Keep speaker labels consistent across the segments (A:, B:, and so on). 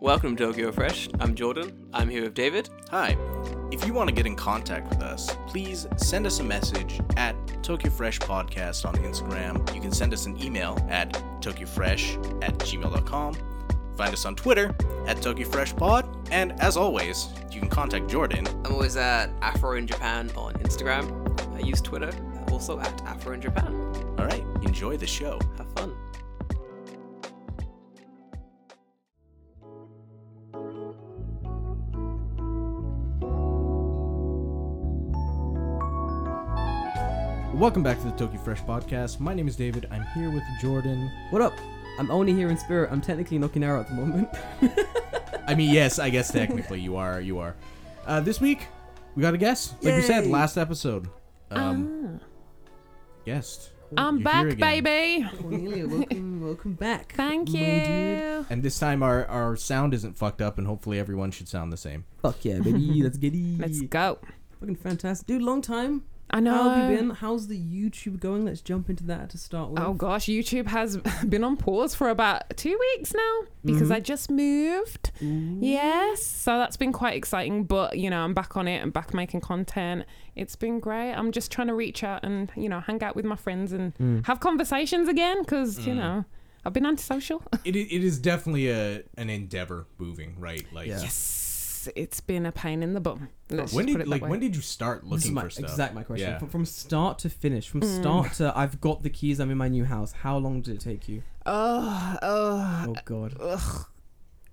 A: Welcome to Tokyo Fresh. I'm Jordan. I'm here with David.
B: Hi. If you want to get in contact with us, please send us a message at Tokyo Fresh Podcast on Instagram. You can send us an email at tokyofresh at gmail.com. Find us on Twitter at Tokyo Fresh Pod. And as always, you can contact Jordan.
A: I'm always at Afro in Japan on Instagram. I use Twitter, also at Afro in Japan.
B: All right, enjoy the show.
A: Have fun.
C: Welcome back to the Tokyo Fresh Podcast. My name is David. I'm here with Jordan.
D: What up? I'm only here in spirit. I'm technically in Okinawa at the moment.
C: I mean, yes, I guess technically you are. You are. Uh, this week, we got a guest. Like we said
D: Yay.
C: last episode. Um, Guest.
E: Ah. I'm
C: You're here
E: back,
C: again.
E: baby.
D: Cornelia, welcome, welcome back.
E: Thank
D: my dude.
E: you.
C: And this time our, our sound isn't fucked up, and hopefully everyone should sound the same.
D: Fuck yeah, baby. Let's get it.
E: Let's go.
D: Fucking fantastic, dude. Long time.
E: I know.
D: How have you been? How's the YouTube going? Let's jump into that to start with.
E: Oh gosh, YouTube has been on pause for about two weeks now because
C: Mm-hmm.
E: I just moved. Yes, so that's been quite exciting. But you know, I'm back on it. I'm back making content. It's been great. I'm just trying to reach out and you know hang out with my friends and
C: Mm.
E: have conversations again because you know I've been antisocial.
C: It, i- it is definitely a an endeavor moving, right? Like,
D: Yeah.
E: yes, it's been a pain in the bum. Let's
C: when
E: just put
C: did
E: it
C: like
E: that way.
C: when did you start looking
D: this is my
C: for stuff?
D: exact my question.
C: Yeah.
D: From, from start to finish, from start to I've got the keys. I'm in my new house. How long did it take you?
E: oh, oh,
D: Oh god.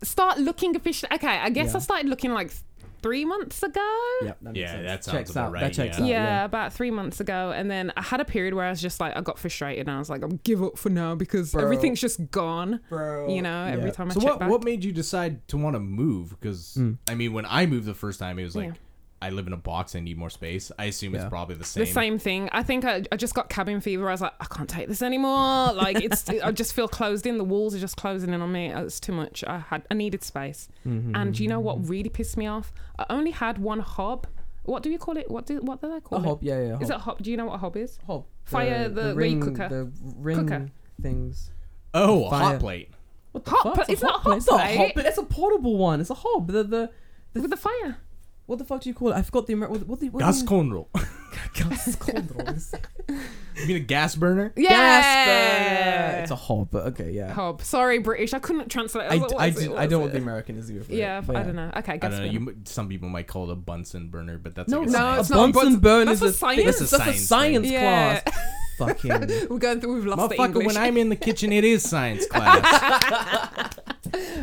E: start looking officially. Okay, I guess
D: Yeah.
E: I started looking like th- three months ago. Yeah.
D: Yep. That makes
C: Yeah,
D: sense.
C: that sounds
D: checks
C: about
D: out.
C: right,
D: That checks
C: yeah.
D: out.
E: about three months ago, and then I had a period where I was just like, I got frustrated, and I was like, I'm give up for now because
D: Bro.
E: everything's just gone.
D: Bro.
E: You know, every
D: Yeah.
E: time I
C: so
E: check
C: what
E: back.
C: what made you decide to want to move? Because I mean, when I moved the first time, it was like
E: Hmm. Yeah.
C: I live in a box. I need more space. I assume
D: Yeah.
C: it's probably the same.
E: the same thing. I think I, I just got cabin fever. I was like, I can't take this anymore. Like it's, I just feel closed in. The walls are just closing in on me. Uh, It's too much. I had, I needed space.
D: Mm-hmm.
E: And you know what really pissed me off? I only had one hob. What do you call it? What do what do they call
D: A
E: it?
D: hob. Yeah, yeah. a
E: Is it
D: hob.
E: a hob? Do you know what a hob is?
D: hob?
E: Fire the- where you
D: ring
E: cook her.
D: the ring
E: Cook her.
D: things.
C: Oh, a
D: Fire.
C: hot plate.
D: What the
E: Hot
D: fuck?
E: pla- it's not a hot
D: It's not a
E: plate.
D: hot plate. It's a portable one. It's a hob. The the
E: With the fire.
D: what the fuck do you call it? I forgot the Amer- what, what the what
C: Gas
D: the-
C: conro.
D: gas condors.
C: You mean a gas burner?
D: Gas burner. It's a hob, but okay, yeah.
E: hob. Sorry, British. I couldn't translate.
D: I,
E: was like,
D: I,
E: what is it?
D: did-
E: What
D: I
E: is
D: don't
E: it?
D: want the American is for
E: Yeah,
D: it. but
E: I don't know. Okay,
C: I
E: gas
C: don't know.
E: burner.
C: You, m- some people might call it a Bunsen burner, but that's
D: No,
C: like a
D: no,
C: science.
E: it's
D: a
E: not a
D: Bunsen
E: Bunsen-
D: burn
E: that's
D: is
E: a
D: a
E: science
D: That's a
C: thing.
D: science
E: Yeah.
D: class. Fucking
E: We're going through. We've lost the
C: Motherfucker,
E: English.
C: when I'm in the kitchen, it is science class.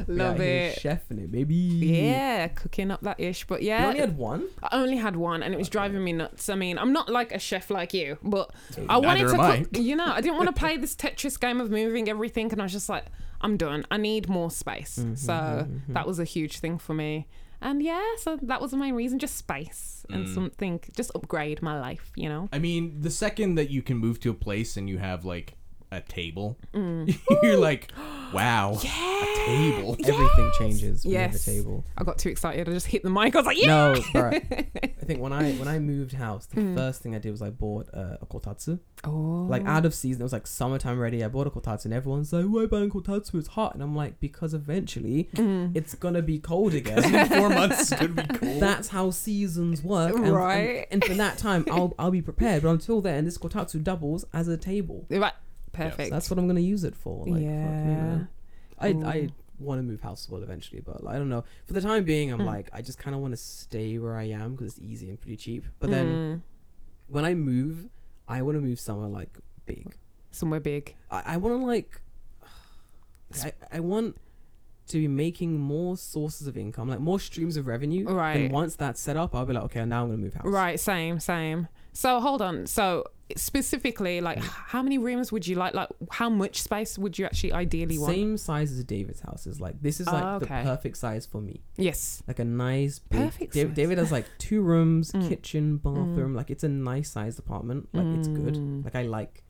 E: Love
D: yeah,
E: it.
D: Chef in it, baby.
E: Yeah, cooking up that ish. But yeah,
D: You only had one.
E: I only had one, and it was driving me nuts. I mean, I'm not like a chef like you, but I wanted
C: Neither
E: to.
C: am
E: cook- you know, I didn't want to play this Tetris game of moving everything, and I was just like, I'm done. I need more space. so that was a huge thing for me. And yeah, so that was the main reason, just space and something, just upgrade my life, you know?
C: I mean, the second that you can move to a place and you have like a table,
E: Mm.
C: you're like, wow, a table.
D: Everything changes. when you have a
E: Yes.
D: table.
E: I got too excited. I just hit the mic. I was like, yeah. Hmm.
D: No, bro. I think when I when I moved house, the first thing I did was I bought uh, a kotatsu.
E: Oh.
D: Like out of season, it was like summertime ready. I bought a kotatsu, and everyone's like, "Why buying kotatsu? It's hot." And I'm like, "Because eventually,
E: Mm.
D: it's gonna be cold again."
C: In four months could be cool.
D: That's how seasons work, and, and-
E: Right.
D: And, for that time, I'll I'll be prepared. But until then, this kotatsu doubles as a table.
E: Right.
D: So
E: Perfect.
D: that's what I'm gonna use it for. Like,
E: Yeah.
D: Fuck, you
E: Mm.
D: know. I I want to move house well eventually, but like, I don't know. For the time being,
E: Hmm.
D: I'm like, I just kind of want to stay where I am because it's easy and pretty cheap. But then
E: Mm.
D: when I move, I want to move somewhere like big.
E: somewhere big.
D: I, I want to like, I, I want to be making more sources of income, like more streams of revenue.
E: Right.
D: And once that's set up, I'll be like, okay, now I'm gonna move house.
E: Right, same, same. So hold on. So specifically, like, h- how many rooms would you like? Like, how much space would you actually ideally want?
D: Same size as David's house is like this is like
E: Oh, okay.
D: the perfect size for me.
E: Yes.
D: Like a nice big,
E: Perfect
D: Da-
E: size. Mm.
D: David has like two rooms, kitchen, bathroom. Like it's a nice sized apartment. Like it's
E: Mm.
D: good. Like I like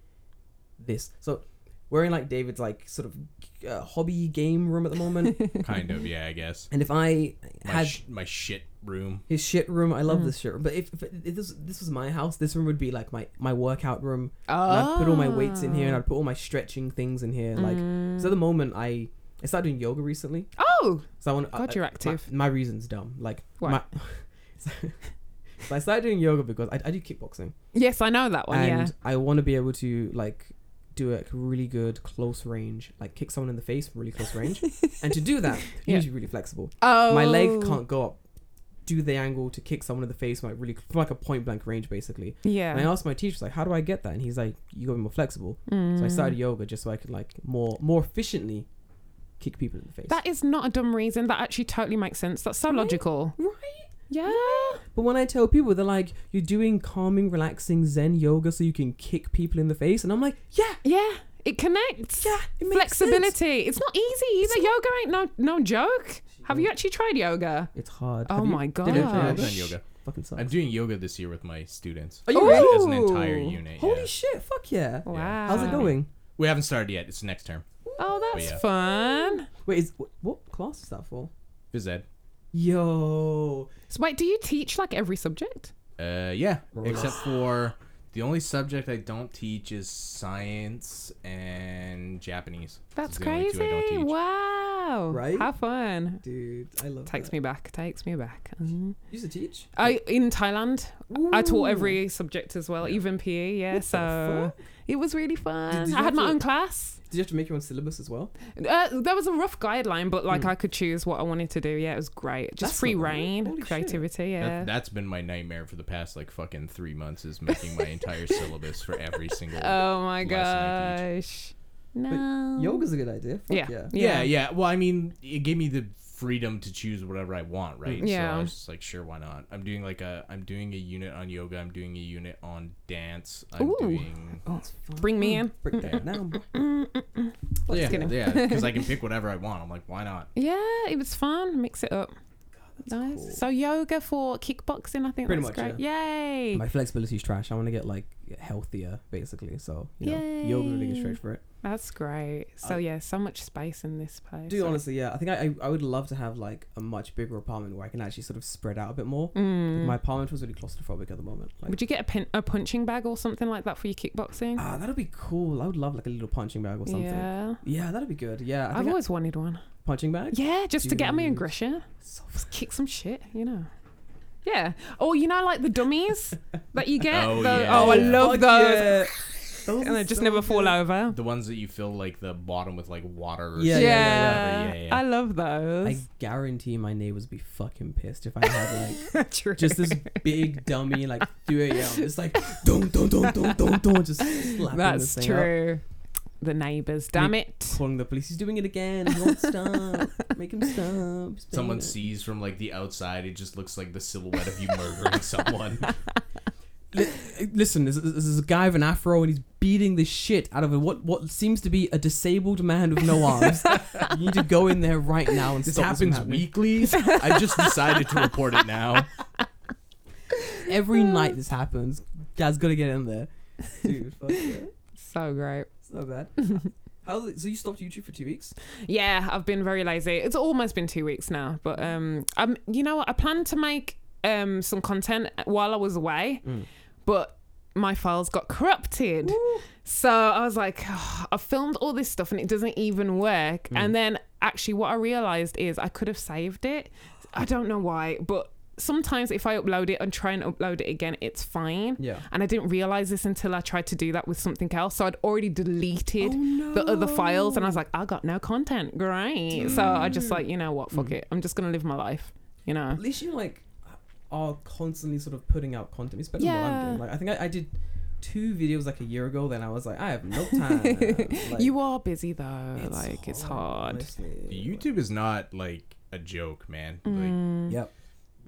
D: this. So we're in like David's like sort of uh, hobby game room at the moment.
C: kind of, yeah, I guess.
D: and if I
C: My,
D: had
C: sh- my shit room.
D: his shit room. I love
E: Mm.
D: this shit room. But if, if, it- this this was my house, this room would be like my my workout room. And I'd put all my weights
E: Mm.
D: in here, and I'd put all my stretching things in here. Like so, at the moment, I I started doing yoga recently.
E: Oh, Oh,
D: So I want.
E: God,
D: I-
E: you're
D: I-
E: active.
D: My, my reason's dumb. Like
E: What?
D: my- so, so I started doing yoga because I, I do kickboxing,
E: yes, I know that one.
D: and I want to be able to like do a really good close range, like kick someone in the face really close range. and to do that, you
E: Yeah.
D: need to be really flexible.
E: yeah. Oh,
D: My leg can't go up, do the angle to kick someone in the face, like really from like a point blank range, basically. And I
E: Yeah.
D: asked my teacher, like, how do I get that? And he's like, you got to be more flexible. So I
E: Mm.
D: started yoga just so I could like more more efficiently kick people in the face.
E: That is not a dumb reason. That actually totally makes sense. That's so logical.
D: Right?
E: Yeah.
D: But when I tell people, they're like, "You're doing calming, relaxing Zen yoga so you can kick people in the face," and I'm like, "Yeah,
E: Yeah. It connects.
D: yeah, it makes sense.
E: Flexibility. It's not easy either. yoga ain't no no joke. Have you
D: don't.
E: actually tried yoga?
D: It's hard.
E: Oh
D: Have you-
E: my
D: done yoga?
C: I've
E: gosh.
C: done yoga.
D: Fucking sucks.
C: I'm doing yoga this year with my students.
D: Are you
E: Ooh.
D: ready?
C: As an entire
E: Ooh.
C: unit.
D: Holy
C: yeah.
D: shit! Fuck yeah.
E: Oh, Wow.
D: How's it going?
C: We haven't started yet. It's next term.
E: Oh, that's
C: yeah.
E: fun.
D: Wait, is wh- what class is that for?
C: Phys ed.
D: Yo,
E: So wait, do you teach like every subject?
C: Uh, yeah. Except for the only subject I don't teach is science and Japanese.
E: That's
C: Those are the only two I don't
E: crazy.
C: teach.
E: Wow.
D: Right?
E: How fun.
D: dude, I love.
E: Takes
D: that.
E: me back. Takes me back. Mhm.
D: You used to teach.
E: I in Thailand. I
D: Uh-huh. Ooh.
E: taught every subject as well, even PE. Yeah,
D: What the
E: so it was really fun.
D: Did- did
E: I
D: you
E: had
D: have
E: my
D: to-
E: own class.
D: Did you have to make your own syllabus as well?
E: Uh, there was a rough guideline, but like
D: Hmm.
E: I could choose what I wanted to do. Yeah, it was great. Just
D: That's
E: free
D: not bad.
E: reign,
D: Holy shit.
E: creativity. Yeah.
C: That, that's been my nightmare for the past like fucking three months is making my entire syllabus for every single.
E: oh my
C: lesson I
E: gosh. No.
D: Yoga's a good idea. Fuck
E: Um, Yeah.
D: yeah.
E: Yeah.
C: yeah, yeah. Well, I mean, it gave me the freedom to choose whatever I want, right? So
E: Yeah.
C: I was just like, sure, why not? I'm doing like a, I'm doing a unit on yoga. I'm doing a unit on dance. I'm
E: Ooh.
C: doing.
D: That's fun.
E: Oh, Bring me in.
D: Break that down. boy. Fuck
C: Yeah,
E: kidding.
C: yeah. Because I can pick whatever I want. I'm like, why not?
E: Yeah, it was fun. Mix it up. nice.
D: cool.
E: So yoga for kickboxing, I think
D: Pretty
E: that's
D: much,
E: great. Yay.
D: My flexibility is trash. I want to get like healthier, basically. So you know, yoga really good stretch for it.
E: that's great. So yeah, so much space in this place.
D: Dude,
E: So-
D: honestly, yeah, I think I, I I would love to have like a much bigger apartment where I can actually sort of spread out a bit more.
E: Mm.
D: My apartment was really claustrophobic at the moment. Like,
E: Would you get a, pin- a punching bag or something like that for your kickboxing?
D: ah, that'd be cool. I would love like a little punching bag or something. Yeah,
E: yeah.
D: that'd be good. Yeah, I
E: I've
D: think
E: always wanted one.
D: a punching bag.
E: Yeah, Oh, just to get on my
D: Dude.
E: aggression.
D: So
E: Just kick some shit, you know. Yeah. Or you know, like the dummies that you get.
C: Oh,
E: the-
C: yeah.
E: oh I
C: Yeah.
E: love
D: Fuck
E: those.
D: yeah. Those
E: And
D: are
E: they just
D: so
E: never fall
D: good.
E: over.
C: The ones that you fill like the bottom with like water. Or
D: Yeah,
C: something.
E: yeah,
C: yeah, yeah.
E: I love those.
D: I guarantee my neighbors would be fucking pissed if I had like
E: True.
D: just this big dummy like 3 a.m. It's like don't don't don't don't don't don't just slapping this
E: That's
D: thing up.
E: true. The neighbours, damn it.
D: calling the police. He's doing it again. He won't stop. Make him stop. He's
C: Someone
D: doing it.
C: sees from like the outside. It just looks like the silhouette of you murdering someone.
D: Li- Listen, this, this is a guy with an afro, and he's beating the shit out of a, what what seems to be a disabled man with no arms. you need to go in there right now and
C: This
D: stop from
C: happens
D: happening.
C: weekly. I just decided to report it now.
D: Every night this happens. Guys, gotta get in there. Dude, fuck yeah.
E: So great.
D: It's not bad. How's it, so you stopped YouTube for two weeks?
E: Yeah, I've been very lazy. It's almost been two weeks now, but um, I'm. You know, what? I planned to make um some content while I was away, but my files got corrupted. So I was like, "Ugh, I've filmed all this stuff and it doesn't even work. And then actually, what I realized is I could have saved it. I don't know why, but sometimes if I upload it and try and upload it again, it's fine.
D: Yeah.
E: And I didn't realize this until I tried to do that with something else. So I'd already
D: Oh,
E: deleted Oh, the other files and I was like, I got no content. Great. So I just like, you know what? Fuck it. I'm just going to live my life, you know?
D: At least you like are constantly sort of putting out content. It's better than what I'm
E: Yeah.
D: doing. Like I think I, I did two videos like a year ago. Then I was like, I have no time. Like,
E: you are busy though. like, it's hard.
D: honestly.
C: YouTube is not like a joke, man.
E: Mm.
D: Yep.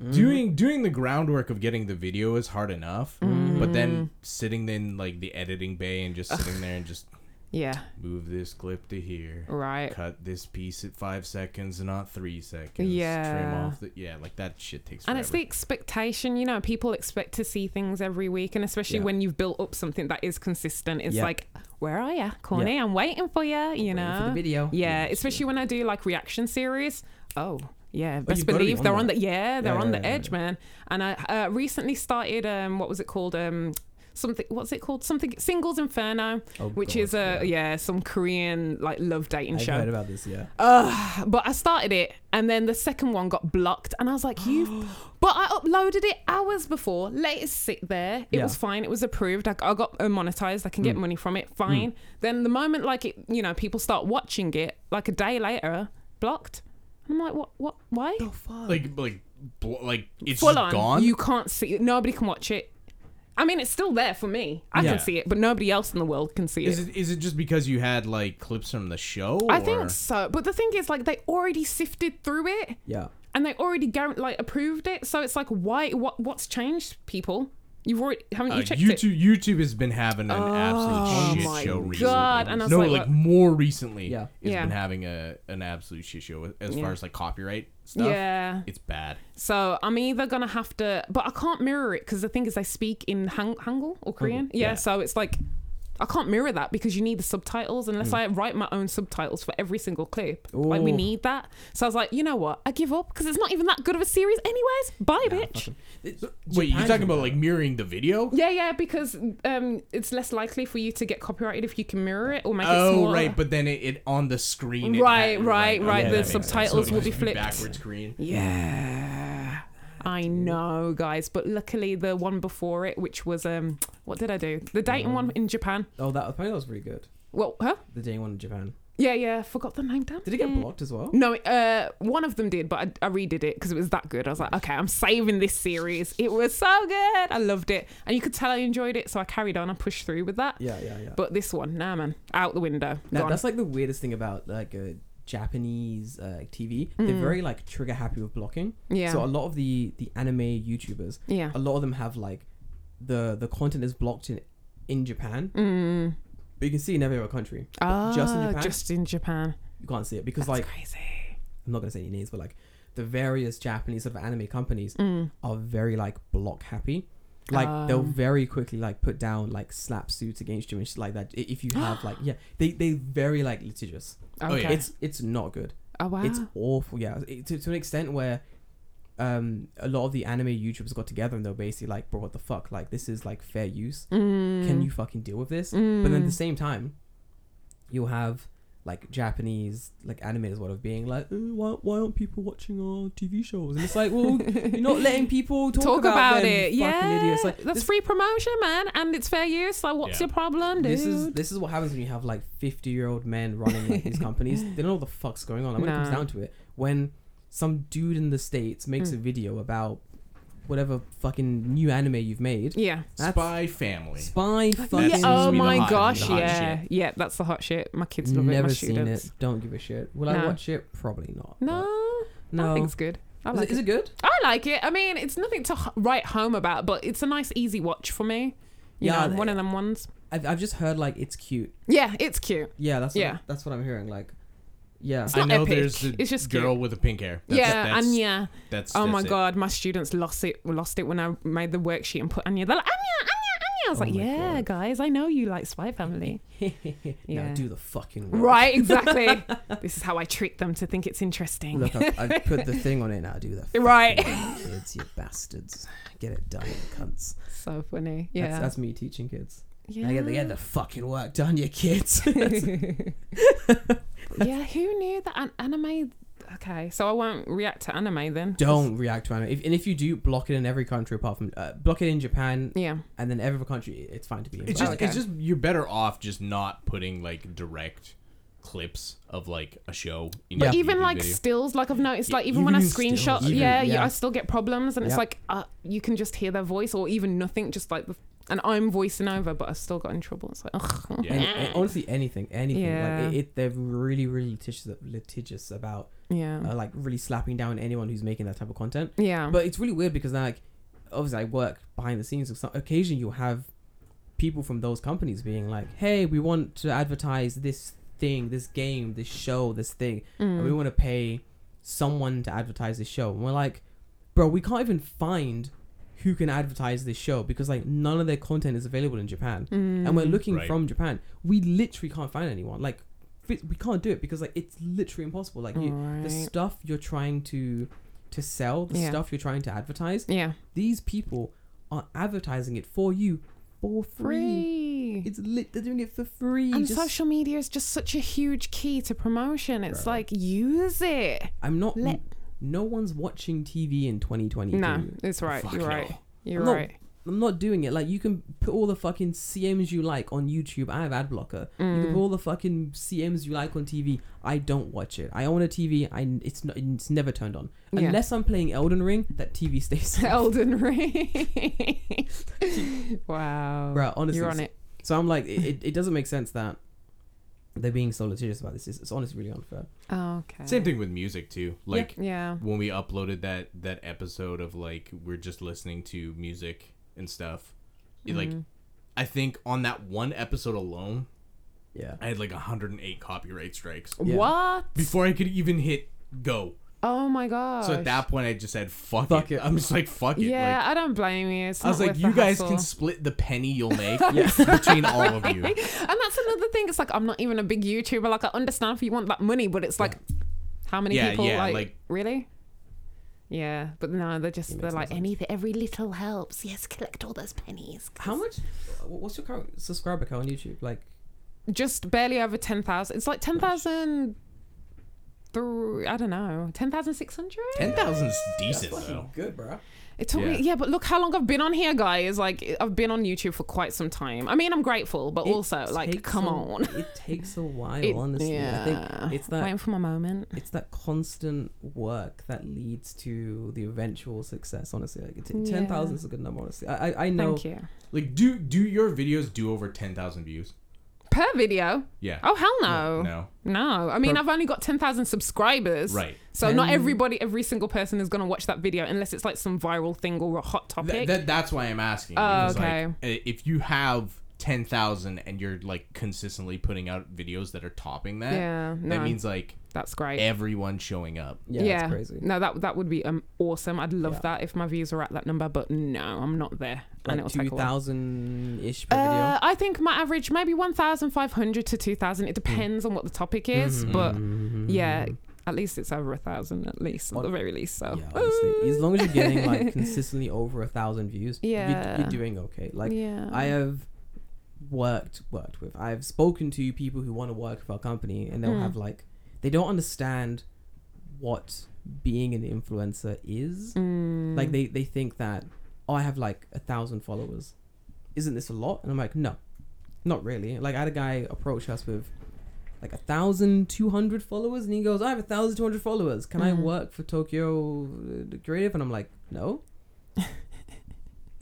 C: Like doing doing the groundwork of getting the video is hard enough,
E: Mm.
C: but then sitting in like the editing bay and just sitting there and just
E: Yeah.
C: move this clip to here.
E: Right.
C: Cut this piece at five seconds and not three seconds. Trim
E: Yeah.
C: off the yeah, like that shit takes.
E: And it's the
C: forever.
E: expectation, you know, people expect to see things every week. And especially
D: Yeah.
E: when you've built up something that is consistent, it's
D: Yeah.
E: like, where are you, Corny? I'm waiting for you, you know?
D: for the video.
E: Yeah, especially when I do like reaction series. Oh, yeah, best
D: you've gotta be
E: believe
D: on
E: they're on
D: that.
E: the, yeah, they're
D: Yeah,
E: on
D: yeah,
E: the
D: yeah,
E: edge, man. And I uh, recently started, um, what was it called? Um, something. What's it called? Something Singles Inferno,
D: Oh,
E: which
D: God,
E: is a yeah. some Korean like love dating
D: I've
E: show. Oh.
D: heard about this. Yeah.
E: Ugh, but I started it, and then the second one got blocked, and I was like, "You," but I uploaded it hours before. Let it sit there. It
D: Yeah.
E: was fine. It was approved. I, I got uh, monetized. I can
C: Mm.
E: get money from it. Fine. Then the moment like it, you know, people start watching it, like a day later, blocked. I'm like, "What? What? Why?"
C: Like like bl- like it's
E: Full
C: just
E: on.
C: gone.
E: You can't see. it. Nobody can watch it. I mean, it's still there for me. I
C: Yeah.
E: can see it, but nobody else in the world can see it.
C: is it is it just because you had like clips from the show?
E: I
C: or-
E: think so. But the thing is, like, they already sifted through it.
D: Yeah.
E: and they already guar- like approved it. So it's like, why? What? What's changed, people? You've already haven't
C: Uh,
E: you checked it? Oh
C: YouTube YouTube has been having an absolute shit
E: my
C: show
E: God.
C: recently.
E: And I was
C: no,
E: like,
C: like,
E: what-
C: more recently,
D: Yeah.
C: it's
E: Yeah.
C: been having a an absolute shit show as
E: Yeah.
C: far as like copyright stuff.
E: Yeah.
C: it's bad.
E: So I'm either gonna have to, but I can't mirror it because the thing is, they speak in Hang- Hangul or Korean. yeah,
C: yeah.
E: So it's like. I can't mirror that because you need the subtitles unless
C: Mm.
E: I write my own subtitles for every single clip. Like we
D: Ooh.
E: need that. So I was like, you know what? I give up because it's not even that good of a series, anyways. Bye, bitch.
C: Wait, you
D: Japan's
C: talking
D: really
C: about like mirroring the video?
E: Yeah, yeah, because um, it's less likely for you to get copyrighted if you can mirror it or make it
C: Oh
E: smaller.
C: right, but then it, it on the screen. it
E: Right,
C: had-
E: right,
C: okay,
E: right,
C: that
E: the
C: makes sense.
E: subtitles
C: So it
E: will
C: must
E: be flipped.
C: backwards Korean.
E: Yeah. I know, guys, but luckily the one before it, which was um, what did I do? The dating one in Japan.
D: Oh, that apparently that was pretty good.
E: Well, huh?
D: The day one in Japan.
E: Yeah, yeah. Forgot the name. Damn.
D: Did it get
E: Mm.
D: blocked as well?
E: No, uh, one of them did, but I, I redid it because it was that good. I was like, okay, I'm saving this series. It was so good. I loved it, and you could tell I enjoyed it, so I carried on. I pushed through with that.
D: Yeah, yeah, yeah.
E: But this one, nah, man, out the window.
D: That-
E: gone.
D: that's like the weirdest thing about like a Japanese uh, TV.
E: Mm.
D: They're very like trigger happy with blocking.
E: Yeah.
D: So a lot of the the anime YouTubers,
E: yeah.
D: a lot of them have like the the content is blocked in in Japan,
E: Mm.
D: but you can see it in every other country.
E: Ah,
D: just in Japan?
E: Just in Japan.
D: You can't see it because
E: That's
D: like
E: crazy.
D: I'm not gonna say any names, but like the various Japanese sort of anime companies
E: Mm.
D: are very like block happy. Like they'll
E: Um.
D: very quickly like put down like slap suits against you and shit like that. I- If you have like yeah, they they very like litigious.
E: Okay.
C: yeah.
D: oh, It's it's not good.
E: oh wow.
D: It's awful. Yeah, it, to, to an extent where um a lot of the anime YouTubers got together and they're basically like, bro, what the fuck? Like this is like fair use. Can
E: Mm.
D: you fucking deal with this? But then at the same time, you'll have like Japanese like animators what of being like, "Uh, why, why aren't people watching our TV shows? And it's like, well, you're not letting people talk,
E: talk, about,
D: them,
E: it.
D: you fucking
E: Yeah,
D: idiots. Like
E: that's
D: this,
E: free promotion, man, and it's fair use. Like, what's
C: Yeah.
E: your problem, dude?
D: this is this is what happens when you have like 50 year old men running like these companies they don't know what the fuck's going on like, when it comes
E: Nah. Mm.
D: down to it when some dude in the states makes a video about whatever fucking new anime you've made
E: yeah.
D: That's-
C: Spy Family.
D: spy fucking
E: yeah.
C: seems
E: Oh
C: to be the
E: my
C: hot-
E: gosh.
C: the hot
E: yeah. Yeah. That's the hot shit. My kids love it. My
D: never seen
E: students.
D: it don't give a shit will
E: Nah.
D: i watch it probably not
E: No.
D: but-
E: I
D: no
E: think it's good. I
D: is,
E: like
D: it, is
E: it.
D: it good
E: I like it. I mean, it's nothing to h- write home about, but it's a nice, easy watch for me. You
D: Yeah,
E: know,
D: they-
E: one of them ones.
D: I've, I've just heard like it's cute
E: Yeah, it's cute.
D: yeah that's
E: Yeah.
D: what, that's what i'm hearing like yeah
E: It's
C: I
E: not
C: know
E: epic.
C: there's the
E: It's just
C: girl
E: cute.
C: with the pink hair. That's,
E: yeah,
C: that's,
E: Anya.
C: That's,
E: Oh
C: that's
E: my
C: it.
E: god, my students lost it. Lost it when I made the worksheet and put Anya. They're like Anya, Anya, Anya. I was
D: Oh
E: like,
D: my
E: yeah,
D: God.
E: guys, I know you like Spy Family. Yeah.
D: now do the fucking work.
E: Right, exactly. this is how I treat them to think it's interesting.
D: Look, I've, I've put the thing on it now. Do the
E: Right.
D: fucking work, kids, you bastards. Get it done, you cunts.
E: so funny. Yeah.
D: That's, that's me teaching kids.
E: yeah.
D: I get, get the fucking work done, you kids.
E: yeah, who knew that an- anime? Okay, so I won't react to anime then. 'cause-
D: Don't react to anime. If, and if you do, block it in every country apart from uh, block it in Japan,
E: Yeah.
D: and then every other country, it's fine to be.
C: It's
D: involved.
C: just,
E: okay.
C: it's just you're better off just not putting like direct clips of like a show. In
D: But
C: your
E: Even
C: YouTube
E: like
C: video.
E: stills, like I've noticed, like even
C: even
E: when I
C: in
E: screenshot,
C: stills,
E: yeah,
D: even-
E: yeah,
D: yeah.
E: I still get problems, and it's
D: Yeah.
E: like uh, you can just hear their voice, or even nothing, just like the, and I'm voicing over, but I still got in trouble. It's like, ugh.
C: Yeah.
D: And, and honestly, anything, anything.
E: Yeah.
D: Like it, it, they're really, really litigious, litigious about
E: yeah,
D: uh, like really slapping down anyone who's making that type of content.
E: yeah,
D: But it's really weird because like obviously I work behind the scenes. and So occasionally you'll have people from those companies being like, "Hey, we want to advertise this thing, this game, this show, this thing, and
E: Mm.
D: we want to pay someone to advertise this show." And we're like, "Bro, we can't even find." Who can advertise this show because like none of their content is available in Japan, and
E: Mm.
D: we're looking
C: Right.
D: from Japan. We literally can't find anyone. Like fi- we can't do it because like it's literally impossible. Like you, the
E: Right.
D: stuff you're trying to to sell, the
E: Yeah.
D: stuff you're trying to advertise,
E: yeah,
D: these people are advertising it for you for free.
E: Free.
D: It's lit. They're doing it for free.
E: And
D: Just-
E: social media is just such a huge key to promotion. It's like use it.
D: I'm not.
E: Let-
D: no one's watching TV in 2022.
E: No, it's right.
B: Fuck
E: You're
B: no.
E: right. You're
D: I'm not-
E: right.
D: I'm not doing it. Like you can put all the fucking CMs you like on YouTube. I have ad blocker. You
E: Mm.
D: can put all the fucking CMs you like on TV. I don't watch it. I own a TV. I it's not. It's never turned on
E: Yeah.
D: unless I'm playing Elden Ring. That TV stays. on.
E: Elden Ring. wow.
D: Bruh, honestly,
E: You're on it.
D: So I'm like, it, it- it doesn't make sense that they're being so litigious about this. It's, it's honestly really unfair.
E: Oh, okay.
C: Same thing with music too. Like
E: Yeah.
C: when we uploaded that that episode of like we're just listening to music and stuff it,
E: Mm-hmm.
C: like i think on that one episode alone
D: Yeah.
C: i had like 108 copyright strikes
D: Yeah.
E: What?
C: before i could even hit go
E: Oh my god.
C: so at that point i just said fuck,
D: Fuck
C: it.
D: it.
C: i'm just like fuck it
E: yeah,
C: like,
E: I don't blame you. It's
C: I was
E: not
C: like,
E: worth
C: you
E: the
C: guys
E: hassle.
C: can split the penny you'll make between all of you.
E: And that's another thing. It's like I'm not even a big YouTuber. Like I understand if you want that money, but it's like, how many
C: Yeah,
E: people?
C: yeah,
E: like,
C: like-
E: really? Yeah, but no, they're just they're like any every little helps. Yes, collect all those pennies.
D: How much? wh- What's your current subscriber count on YouTube? Like,
E: Just barely over ten thousand. It's like ten thousand. I don't know, ten thousand six hundred.
C: 10,000 is decent,
D: fucking
C: though.
D: good, bro.
E: It took me,
C: Yeah.
E: yeah, but look how long I've been on here, guys. Like, I've been on YouTube for quite some time. I mean, I'm grateful, but also,
D: It
E: like,
D: takes
E: come
D: a-
E: on.
D: It takes a while,
E: It-
D: honestly. I
E: yeah.
D: think it's that
E: Waiting for my moment.
D: it's that constant work that leads to the eventual success. Honestly, like it-
E: Yeah.
D: ten thousand is a good number. Honestly, I I, I know.
E: Thank you.
C: Like, do do your videos do over 10,000 views?
E: Per video.
C: Yeah.
E: Oh, hell no.
C: No.
E: No. I mean,
C: Per-
E: I've only got 10,000 subscribers.
C: Right.
E: So, not everybody, every single person is going to watch that video unless it's like some viral thing or a hot topic.
C: Th- that, that's why I'm asking.
E: Oh,
C: because,
E: okay.
C: Like, i- if you have ten thousand and you're like consistently putting out videos that are topping that,
E: Yeah,
C: that
E: no.
C: means like
E: That's great.
C: everyone's showing up.
D: Yeah, that's crazy.
E: No, that that would be um, awesome. I'd love
D: Yeah.
E: that if my views were at that number, but no, I'm not there. and
D: Like
E: it'll
D: two
E: take a while.
D: thousand ish per
E: Uh, I think my average maybe 1,500 to 2,000. It depends on what the topic is,
C: Mm-hmm.
E: but
D: Mm-hmm.
E: yeah, at least it's over a thousand, at least at the very least. So
D: video. Yeah, honestly, as long as you're getting like consistently over a thousand views, you're- you're,
E: Yeah.
D: doing okay. Like
E: yeah,
D: I have worked worked with. I've spoken to people who want to work with our company, and they'll have like they don't understand what being an influencer is.
E: Mm.
D: Like they they think that oh I have like a thousand followers, isn't this a lot? And I'm like no, not really. Like I had a guy approach us with like a thousand two hundred followers, and he goes I have a thousand two hundred followers. Can I work for Tokyo uh, Creative? And I'm like no.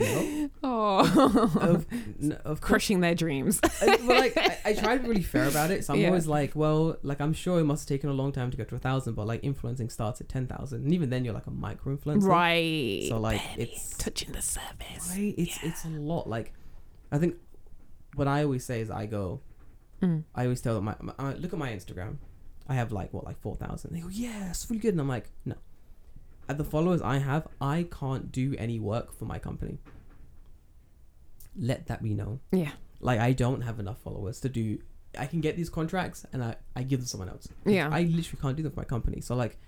D: no,
E: oh,
D: of, n- of course
E: crushing their dreams.
D: I, but like I, I try to be really fair about it, so I'm
E: Yeah.
D: always like, well, like I'm sure it must have taken a long time to get to a thousand, but like influencing starts at ten thousand, and even then you're like a micro influencer,
E: right.
D: So like it's
E: touching the surface.
D: right, it's it's a lot. Like I think what I always say is I go, I always tell them my, my I look at my Instagram, I have like what like four thousand. They go, yeah, it's really good, and I'm like, no. At the followers I have, I can't do any work for my company. Let that be known
E: Yeah.
D: like I don't have enough followers to do I can get these contracts and I, I give them to someone else.
E: Yeah.
D: I literally can't do them for my company. So like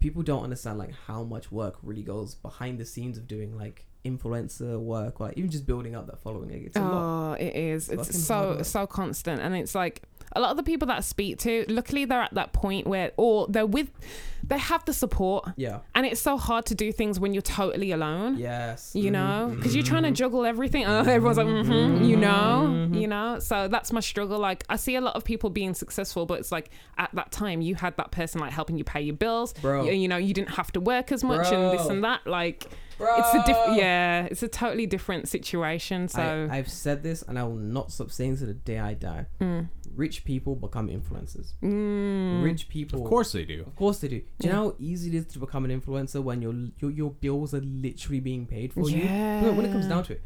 D: people don't understand like how much work really goes behind the scenes of doing like influencer work or like, even just building up that following. Like, it's a lot.
E: Oh, it is. It's
D: Fucking hard
E: so
D: work.
E: so constant, and it's like a lot of the people that I speak to. Luckily, they're at that point where, or they're with, they have the support,
D: Yeah.
E: and it's so hard to do things when you're totally alone.
D: Yes. Mm-hmm.
E: You know, because you're trying to juggle everything. Oh, everyone's like, mm-hmm, you know, you know. So that's my struggle. Like, I see a lot of people being successful, but it's like at that time you had that person like helping you pay your bills.
D: Bro.
E: You, you know, you didn't have to work as much and this
D: Bro.
E: and that. Like, it's a
D: Bro.
E: different. Yeah, it's a totally different situation. So
D: Oh. I, I've said this and I will not stop saying to the day I die.
E: Mm.
D: Rich people become influencers. Rich people
C: Of course they do.
D: Of course they do. Do you know how easy it is to become an influencer when your your, your bills are literally being paid for you? No, when it comes
E: Yeah.
D: down to it,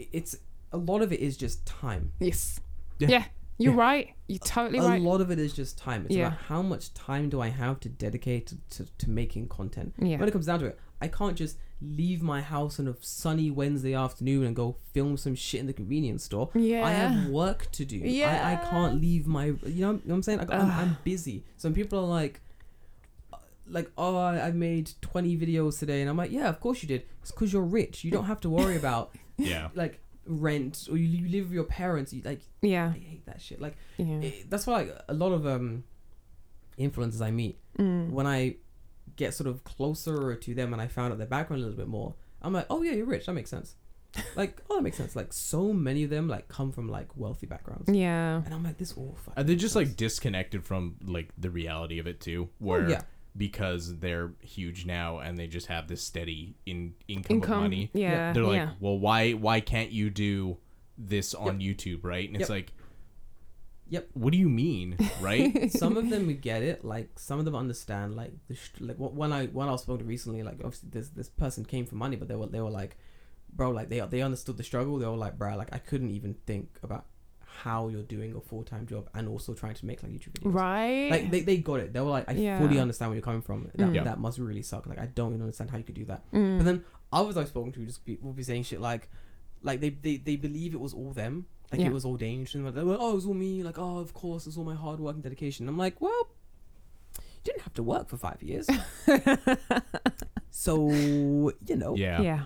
D: i- it's a lot of it is just time.
E: Yes.
C: Yeah.
E: Yeah. you're right. You're totally
D: a
E: right.
D: lot of it is just time. It's
E: Yeah.
D: about how much time do I have to dedicate to, to, to making content.
E: Yeah.
D: When it comes down to it, I can't just leave my house on a sunny Wednesday afternoon and go film some shit in the convenience store. I
E: Yeah.
D: have work to do. I, I can't
E: Yeah.
D: leave my. You know, you know what I'm saying? I, I'm, I'm busy. Some people are like, uh, like, oh, I I made 20 videos today. And I'm like, yeah, of course you did. It's because you're rich. You don't have to worry about
C: Yeah.
D: like rent or you, you live with your parents. You like I
E: Yeah.
D: hate that shit. Like
E: Yeah.
D: it- Eh, that's why like, a lot of um influencers I meet
E: Mm.
D: when I get sort of closer to them and I found out their background a little bit more, I'm like, oh yeah, you're rich. That makes sense. like oh that makes sense. Like so many of them like come from like wealthy backgrounds,
E: Yeah.
D: and I'm like this all. fucking
C: Are Uh, they just
D: makes
C: like disconnected from like the reality of it too? Where
D: yeah.
C: because they're huge now and they just have this steady in income, of
E: Income.
C: money.
E: Yeah.
C: They're like,
E: yeah.
C: well, why why can't you do this on YouTube, right? And it's
D: Yep.
C: like,
D: Yep.
C: What do you mean, right?
D: sense. some of them would get it. Like some of them understand. Like the sh- like what one I one I was spoken to recently. Like obviously this this person came for money, but they were they were like, bro, like they they understood the struggle. They were like, bro, like I couldn't even think about how you're doing a full time job and also trying to make like YouTube videos.
E: right.
D: Like they, they got it. They were like, I
E: Yeah.
D: fully understand where you're coming from. That,
E: Mm. Yeah.
D: that must really suck. Like I don't even understand how you could do that.
E: Mm.
D: But then others I've spoken to just be, will be saying shit like, like they, they, they believe it was all them, like
E: Yeah.
D: it was all Danish, and they were, oh, it was all me. Like, oh, of course, it's all my hard work and dedication. I'm like, well, you didn't have to work for five years, so you know, yeah,
C: yeah.
E: yeah.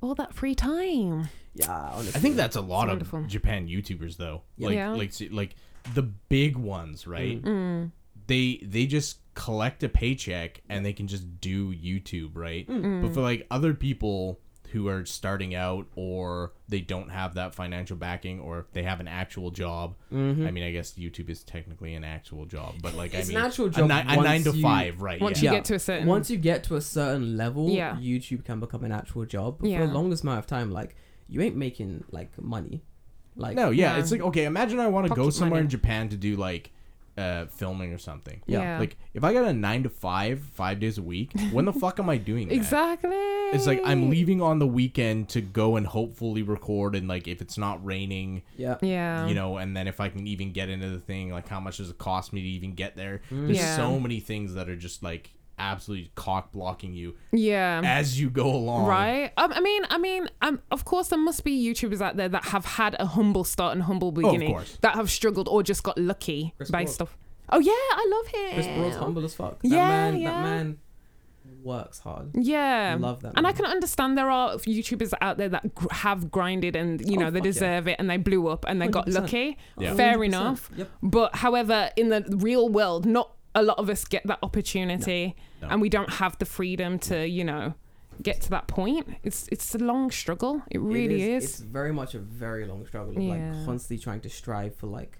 E: All that free time.
D: honestly,
C: I think that's a lot of
E: wonderful.
C: Japan YouTubers though.
D: Yeah.
C: Like
E: Yeah.
C: like se- like the big ones, right?
E: Mm.
C: They they just collect a paycheck and they can just do YouTube, right?
D: Mm.
E: Mm.
C: But for like other people who are starting out or they don't have that financial backing or they have an actual job. I mean, I guess YouTube is technically an actual job, but like
D: Mm-hmm. It's
C: I
D: an
C: mean
D: actual
C: a
D: job
C: ni- a
D: once
C: 9 to
D: you-
C: 5, right?
E: Once
C: yeah.
E: you get to a certain.
D: once you get to a certain level,
E: Yeah.
D: YouTube can become an actual job. But for
E: Yeah.
D: the longest amount of time, like you ain't making like money, like
C: No, yeah,
E: Yeah.
C: it's like okay. Imagine I want to go
E: Pocket
C: somewhere
E: money.
C: in Japan to do like uh, filming or something.
E: Yeah. Yeah.
C: Like if I got a nine to five, five days a week, when the fuck am I doing that?
E: exactly.
C: It's like I'm leaving on the weekend to go and hopefully record, and like if it's not raining,
D: yeah,
E: Yeah.
C: you know, and then if I can even get into the thing, like how much does it cost me to even get there? There's
E: Yeah.
C: so many things that are just like absolutely cock blocking you
E: Yeah.
C: as you go along.
E: Right. Um, I mean, I mean, um, of course, there must be YouTubers out there that have had a humble start and humble beginning,
C: course.
E: that have struggled or just got lucky
D: Chris
E: by
D: Broad.
E: stuff. Oh yeah, I love him.
D: Chris Broad's humble as fuck. That
E: Yeah,
D: man,
E: yeah.
D: that man works hard.
E: Yeah,
D: Love that
E: And I
D: man.
E: can understand there are YouTubers out there that gr- have grinded and you
D: Oh,
E: know they
D: fuck yeah.
E: deserve it and they blew up and they got
D: 100%.
E: lucky.
C: Yeah.
E: Fair
D: 100%.
E: enough.
D: Yep.
E: But however, in the real world, not a lot of us get that opportunity,
C: No.
E: and we don't have the freedom to you know get to that point. It's it's a long struggle. It
D: It
E: really is.
D: It's very much a very long struggle of
E: Yeah.
D: like constantly trying to strive for like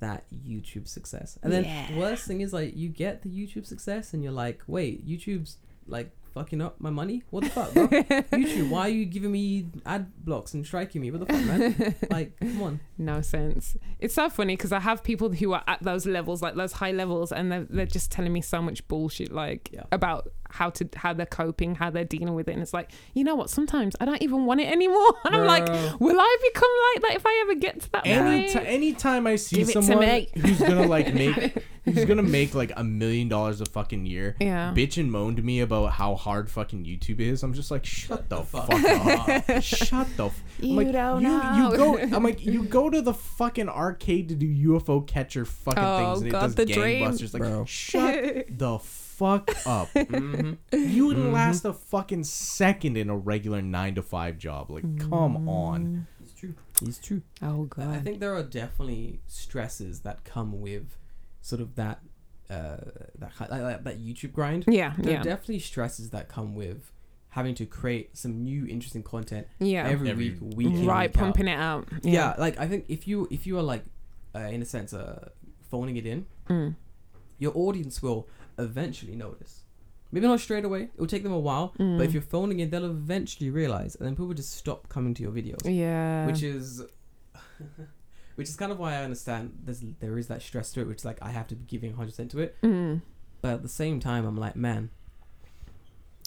D: that YouTube success. And then
E: Yeah.
D: the worst thing is like you get the YouTube success and you're like, wait, YouTube's like fucking up my money? What the fuck, bro? YouTube, why are you giving me ad blocks and striking me? What the fuck, man? like, come on.
E: no sense. It's so funny because I have people who are at those levels, like those high levels, and they're, they're just telling me so much bullshit, like
D: Yeah.
E: about how to how they're coping, how they're dealing with it. And it's like, you know what? Sometimes I don't even want it anymore. And I'm like,
D: Bro.
E: will I become like that if I ever get to that
C: Any
E: point?
C: t- anytime I see
E: Give it to
C: someone
E: me.
C: who's gonna like make who's gonna make like a million dollars a fucking year,
E: Yeah.
C: bitch and moan to me about how hard fucking YouTube is, I'm just like, shut the fuck up, shut the. F-. I'm
E: You
C: like,
E: don't
C: you,
E: know."
C: You go. I'm like, you go to the fucking arcade to do UFO catcher fucking
E: Oh,
C: things, and
E: God,
C: it does
E: the dream.
C: gangbusters. Like,
D: Bro.
C: shut the fuck up. You wouldn't last a fucking second in a regular nine to five job. Like, come on.
E: Mm-hmm.
D: It's true. It's true.
E: oh
D: I
E: god.
D: think there are definitely stresses that come with sort of that uh that hi- like, like, that YouTube grind.
E: Yeah,
D: There
E: yeah,
D: are definitely stresses that come with having to create some new interesting content
E: yeah.
D: every,
C: Every
D: week, week in,
E: right,
D: week out.
E: pumping it out.
D: Yeah. like I think if you if you are like uh, in a sense uh, phoning it in,
E: Mm.
D: your audience will eventually notice. Maybe not straight away. It will take them a while,
E: Mm.
D: but if you're phoning it, they'll eventually realize, and then people just stop coming to your videos
E: yeah.
D: which is which is kind of why I understand there's there is that stress to it, which is like I have to be giving 100 percent to it,
E: Mm.
D: but at the same time I'm like, man,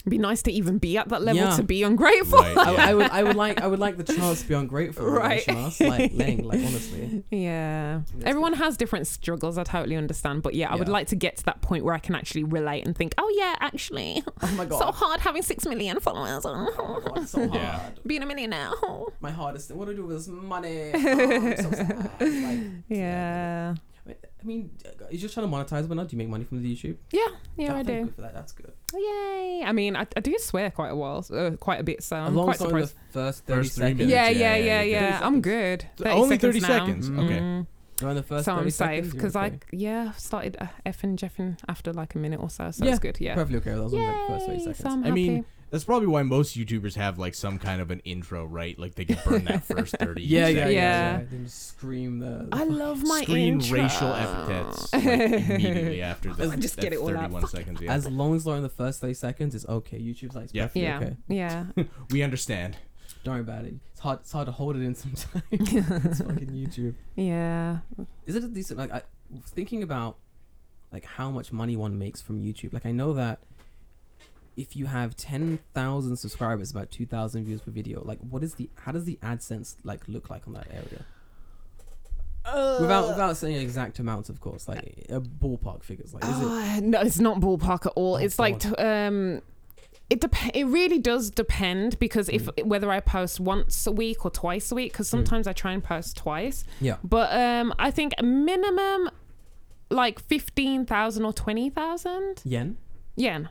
E: It'd be nice to even be at that level
D: Yeah.
E: to be ungrateful.
C: Right,
D: I, I would I would like I would like the chance to be ungrateful,
E: Right.
D: right? like, Leng, like honestly,
E: Yeah.
D: That's
E: Everyone has different struggles, I totally understand. But yeah, I would
D: Yeah.
E: like to get to that point where I can actually relate and think, oh yeah, actually,
D: oh my
E: so
D: god,
E: hard having six million followers.
D: oh my, God, so hard.
C: Yeah.
E: Being a millionaire.
D: My hardest thing. What do I do with this money? Oh, I'm so sad. Like,
E: Yeah.
D: I mean, mean, you're just trying to monetize, but now do you make money from the YouTube?
E: Yeah, yeah,
D: Ah,
E: I
D: thank
E: do.
D: God for that. That's good.
E: Yay! I mean, I, I do swear quite a while, uh, quite a bit. So I'm
D: As long
E: quite
D: as not in the
E: surprised.
D: first 30
C: First three
D: seconds.
C: minutes.
E: yeah,
C: Yeah,
E: yeah,
C: yeah,
E: yeah,
C: you
E: yeah.
D: do.
E: I'm good. 30
C: Only 30
E: seconds now.
C: seconds. Okay.
E: Mm.
D: You're in the first
E: so
D: 30
E: I'm
D: seconds,
E: safe
D: you're
E: because I
D: okay.
E: yeah I've started uh, effing jeffing after like a minute or so, so
D: Yeah,
E: it's good. Yeah.
D: Perfectly okay with those ones, like, first 30
E: Yay,
D: seconds.
E: so I'm
C: I mean,
E: happy.
C: that's probably why most YouTubers have like some kind of an intro, right? Like they can burn that first thirty.
D: yeah, yeah, yeah,
C: seconds.
D: yeah.
E: Yeah.
D: Then just scream the.
E: I love my
C: Screen
E: intro.
C: racial epithets like, immediately after the
E: Just
C: that
E: get it all out.
C: 31 seconds. Yeah.
D: As long as they're in the first 30 seconds, it's okay. YouTube's like, it's
C: Yeah.
D: perfectly
E: Yeah,
D: okay.
E: yeah.
C: we understand.
D: Don't worry about it. It's hard. It's hard to hold it in sometimes. it's fucking YouTube.
E: Yeah.
D: Is it a decent? Like I was thinking about, like how much money one makes from YouTube. Like I know that if you have ten thousand subscribers, about two thousand views per video. Like what is the? How does the AdSense like look like on that area?
E: Uh,
D: without without saying exact amounts, of course. Like a ballpark figures. Like is it?
E: Ah, no, it's not ballpark at
C: Oh,
E: all. it's like t- um, it dep- It really does depend because if
C: Mm.
E: whether I post once a week or twice a week, because sometimes I try and post twice.
D: Yeah.
E: But um, I think a minimum like fifteen thousand or twenty thousand
D: Yen.
E: yen.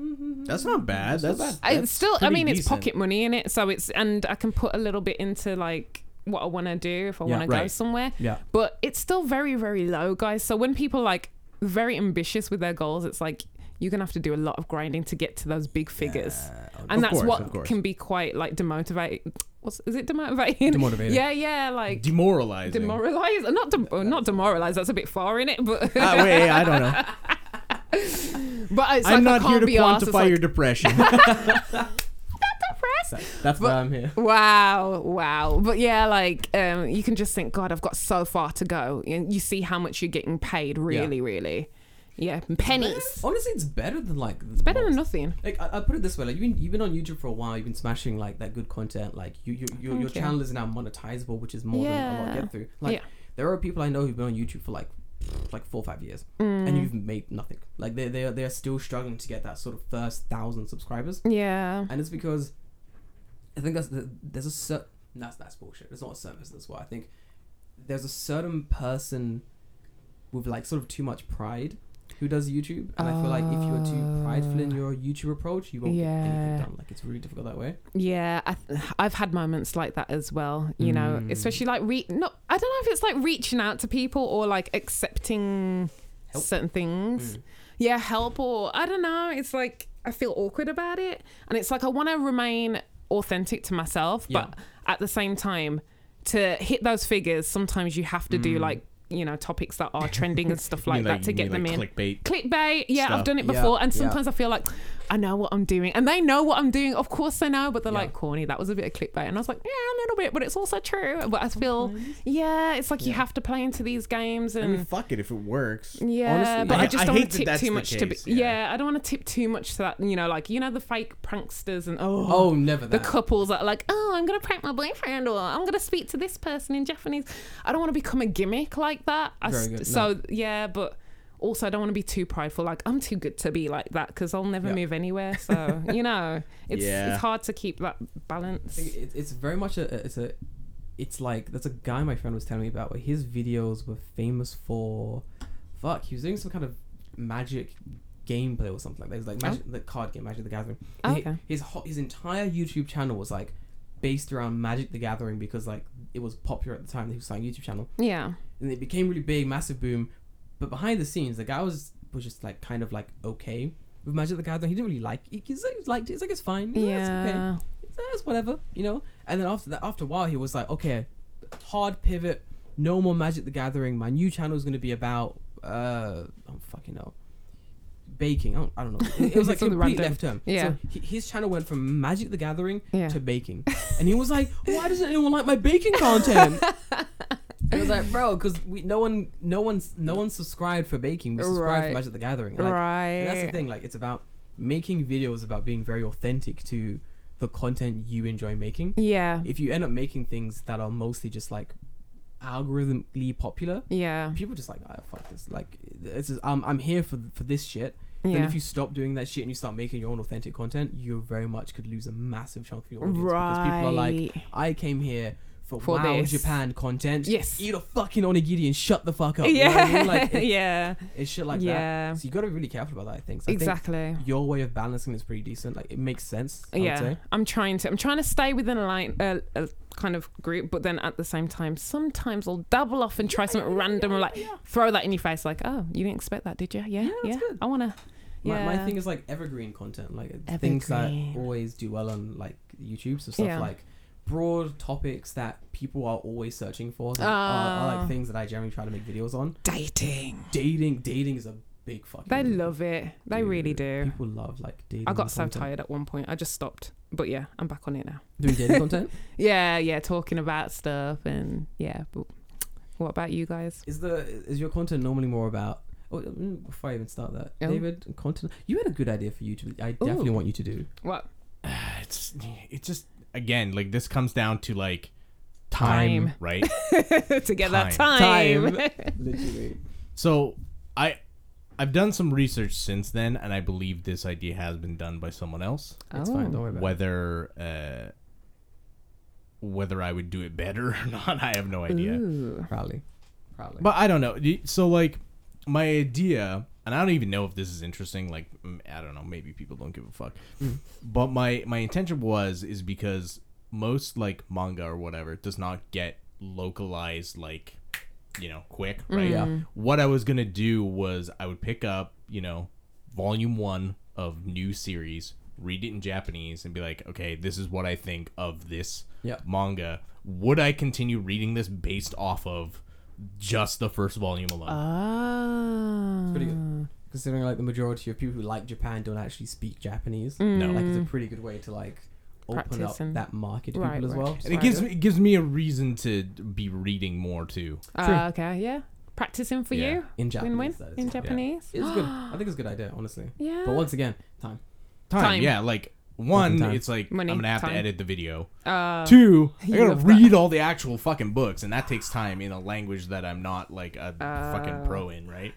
C: That's not bad. That's,
E: I-
C: that's
E: it's still, I
C: pretty
E: mean, it's
C: decent.
E: pocket money in it, so it's and I can put a little bit into like what I want to do if I
D: Yeah.
E: want to go
C: Right.
E: somewhere.
D: Yeah.
E: But it's still very, very low, guys. So when people like very ambitious with their goals, it's like you're gonna have to do a lot of grinding to get to those big figures,
D: Uh,
E: and
C: Of
E: that's
C: course, of
E: what
C: course.
E: can be quite like demotivating. What's is it demotivating?
D: Demotivating.
E: Yeah, yeah, like.
C: Demoralizing.
E: Demoralized, not dem- oh, not demoralized. That's a bit far in it, but
C: Ah, wait, I don't know.
E: but it's
C: I'm
E: like I
C: not
E: can't
C: here to
E: be arsed. It's
C: quantify
E: like,
C: your depression.
D: That- that's why I'm here.
E: Wow, wow. But yeah, like um, you can just think, God, I've got so far to go. And you see how much you're getting paid, really, really. Yeah, pennies.
D: Honestly, it's better than like.
E: Better than nothing.
D: Like I, I put it this way, like you've been, you've been on YouTube for a while, you've been smashing like that good content. Like you, you, your your
E: Thank you.
D: channel is now monetizable, which is more than a lot
E: Yeah.
D: get through. Like
E: Yeah.
D: there are people I know who've been on YouTube for like like four or five years, and
E: Mm.
D: you've made nothing. Like they they are, they are still struggling to get that sort of first thousand subscribers,
E: Yeah.
D: and it's because I think that's the, there's a certain that's that's bullshit. It's not a service. That's why I think there's a certain person with like sort of too much pride who does YouTube, and I feel like if you are too prideful in your YouTube approach, you won't get
E: Ah. Yeah.
D: anything done. Like it's really difficult that way.
E: Yeah, I th- I've had moments like that as well. You know,
C: Mm.
E: especially like re- no, I don't know if it's like reaching out to people or like accepting
D: Help.
E: certain things.
C: Mm.
E: Yeah, help or I don't know. It's like I feel awkward about it, and it's like I want to remain authentic to myself, but at the same time, to hit those figures, sometimes you have to do like you know topics that are trending and stuff like,
C: Mm. You mean,
E: that to
C: you
E: get
C: mean,
E: them in
C: like, Clickbait.
E: clickbait. Yeah, I've
C: stuff.
E: done it
D: Yeah,
E: before, and
D: yeah.
E: sometimes I feel like I know what I'm doing, and they know what I'm doing. Of course they know, but they're
D: Yeah.
E: like corny. That was a bit of clickbait, and I was like, yeah, a little bit, but it's also true. But I feel, yeah, it's like you have to play into these games,
C: I
E: and
C: mean, fuck it if it works.
E: yeah,
D: Honestly,
E: but I,
C: I-
E: just
C: I
E: don't want
C: hate that
E: to tip
C: that's
E: too
C: the
E: much to be.
C: case,
E: Yeah.
C: yeah.
E: I don't want to tip too much to that. You know, like you know the fake pranksters and oh,
D: Oh, never
E: the
D: that.
E: couples that are like, oh, I'm gonna prank my boyfriend or I'm gonna speak to this person in Japanese. I don't want to become a gimmick like that. I
D: Very
E: st-
D: good,
E: so yeah, but also I don't want to be too prideful. Like I'm too good to be like that because I'll never
D: Yeah.
E: move anywhere. So you know, it's
C: Yeah.
E: it's hard to keep that balance.
D: It- it- it's very much a it's a it's like there's a guy my friend was telling me about where his videos were famous for. Fuck, he was doing some kind of magic gameplay or something like that. It was like magic, the card game, Magic the Gathering. And he-
E: Oh. Okay.
D: his ho- his entire YouTube channel was like based around Magic the Gathering because like it was popular at the time. that He was starting a YouTube channel,
E: Yeah.
D: and it became really big, massive boom. But behind the scenes, the guy was was just like kind of like okay with Magic the Gathering. He didn't really like. He, he's like, he's like, he's like it's fine. Yeah, It's okay
E: Yeah.
D: that's whatever, you know. And then after that, after a while, he was like, okay, hard pivot, no more Magic the Gathering. My new channel is going to be about, uh, I'm fucking know, baking. I don't, I don't know. It was like
E: Something
D: complete
E: random.
D: left turn.
E: Yeah.
D: So he, his channel went from Magic the Gathering
E: Yeah.
D: to baking, and he was like, why doesn't anyone like my baking content? I was like, bro, because we no one, no one's, no one subscribed for baking. We subscribed
E: Right.
D: for Magic the Gathering. Like, and that's the
E: Right.
D: thing. Like, it's about making videos about being very authentic to the content you enjoy making.
E: Yeah.
D: If you end up making things that are mostly just like algorithmically popular,
E: Yeah.
D: people just like, ah, fuck this. Like, this is I'm I'm here for for this shit. Then
E: Yeah.
D: if you stop doing that shit and you start making your own authentic content, you very much could lose a massive chunk of your audience because people are like,
E: Right.
D: I came here for,
E: For
D: wow
E: this.
D: Japan content.
E: Yes.
D: eat a fucking onigiri and shut the fuck up. you know what I
E: yeah,
D: mean? like, it's,
E: yeah,
D: it's shit like
E: yeah.
D: that. So you got to be really careful about that. I think. So I think
E: exactly.
D: your way of balancing is pretty decent. Like it makes sense. I would
E: yeah,
D: say.
E: I'm trying to. I'm trying to stay within a line, a, a kind of group, but then at the same time, sometimes I'll double off and try something random, like throw that in your face, like, oh, you didn't expect that, did you? Yeah, yeah.
D: that's good.
E: I wanna.
D: My,
E: Yeah.
D: my thing is like evergreen content, like things that
E: Evergreen.
D: always do well on like YouTube. So stuff
E: Yeah.
D: like broad topics that people are always searching for so are, are
E: Ah.
D: like things that I generally try to make videos on.
E: dating.
D: Dating, dating is a big fucking.
E: They love it. They really do.
D: People love like dating.
E: I got so
D: content.
E: tired at one point. I just stopped. But yeah, I'm back on it now.
D: doing dating content.
E: Yeah, yeah, talking about stuff and yeah. But what about you guys?
D: Is the is your content normally more about? Oh, mm, before I even start that,
E: Oh.
D: David, content. You had a good idea for YouTube. I definitely
E: Ooh.
D: want you to do.
E: What?
C: it's it just again like this comes down to like time,
E: Time.
C: right
E: to get that
D: Time.
E: time.
D: Literally.
C: so i i've done some research since then and i believe this idea has been done by someone else
D: It's fine. Don't worry about it.
C: whether uh whether i would do it better or not i have no idea
E: Ooh.
D: Probably. Probably.
C: But I don't know. Y- So like my idea, and I don't even know if this is interesting. Like mm, I don't know. Maybe people don't give a fuck. but my my intention was is because most like manga or whatever does not get localized like you know quick right.
D: Yeah.
C: What I was gonna do was I would pick up you know volume one of new series. Read it in Japanese and be like, okay, this is what I think of this
D: Yeah.
C: manga, would I continue reading this based off of just the first volume alone?
E: Uh, Ah.
D: pretty good. Considering like the majority of people who like Japan don't actually speak Japanese,
C: No.
D: like it's a pretty good way to like open
E: Mm. Practice
D: up
E: and-
D: that market to
E: Right,
D: people as
E: right.
D: well.
C: and it
D: So-
C: gives me it gives me a reason to be reading more too.
E: Ah, okay, yeah. Practicing for
C: Yeah.
E: you.
D: in Japanese.
E: Win win.
D: that is
E: In
D: fine.
E: Japanese.
D: It's good. I think it's a good idea, honestly.
E: Yeah.
D: But once again, time.
C: Time,
E: Time.
C: yeah, like one,
D: time.
C: it's like
E: Money,
C: I'm gonna have
E: time.
C: to edit the video.
E: Uh,
C: Two, I
E: you
C: gotta
E: have that.
C: read all the actual fucking books, and that takes time in a language that I'm not like a
E: Uh,
C: fucking pro in, right?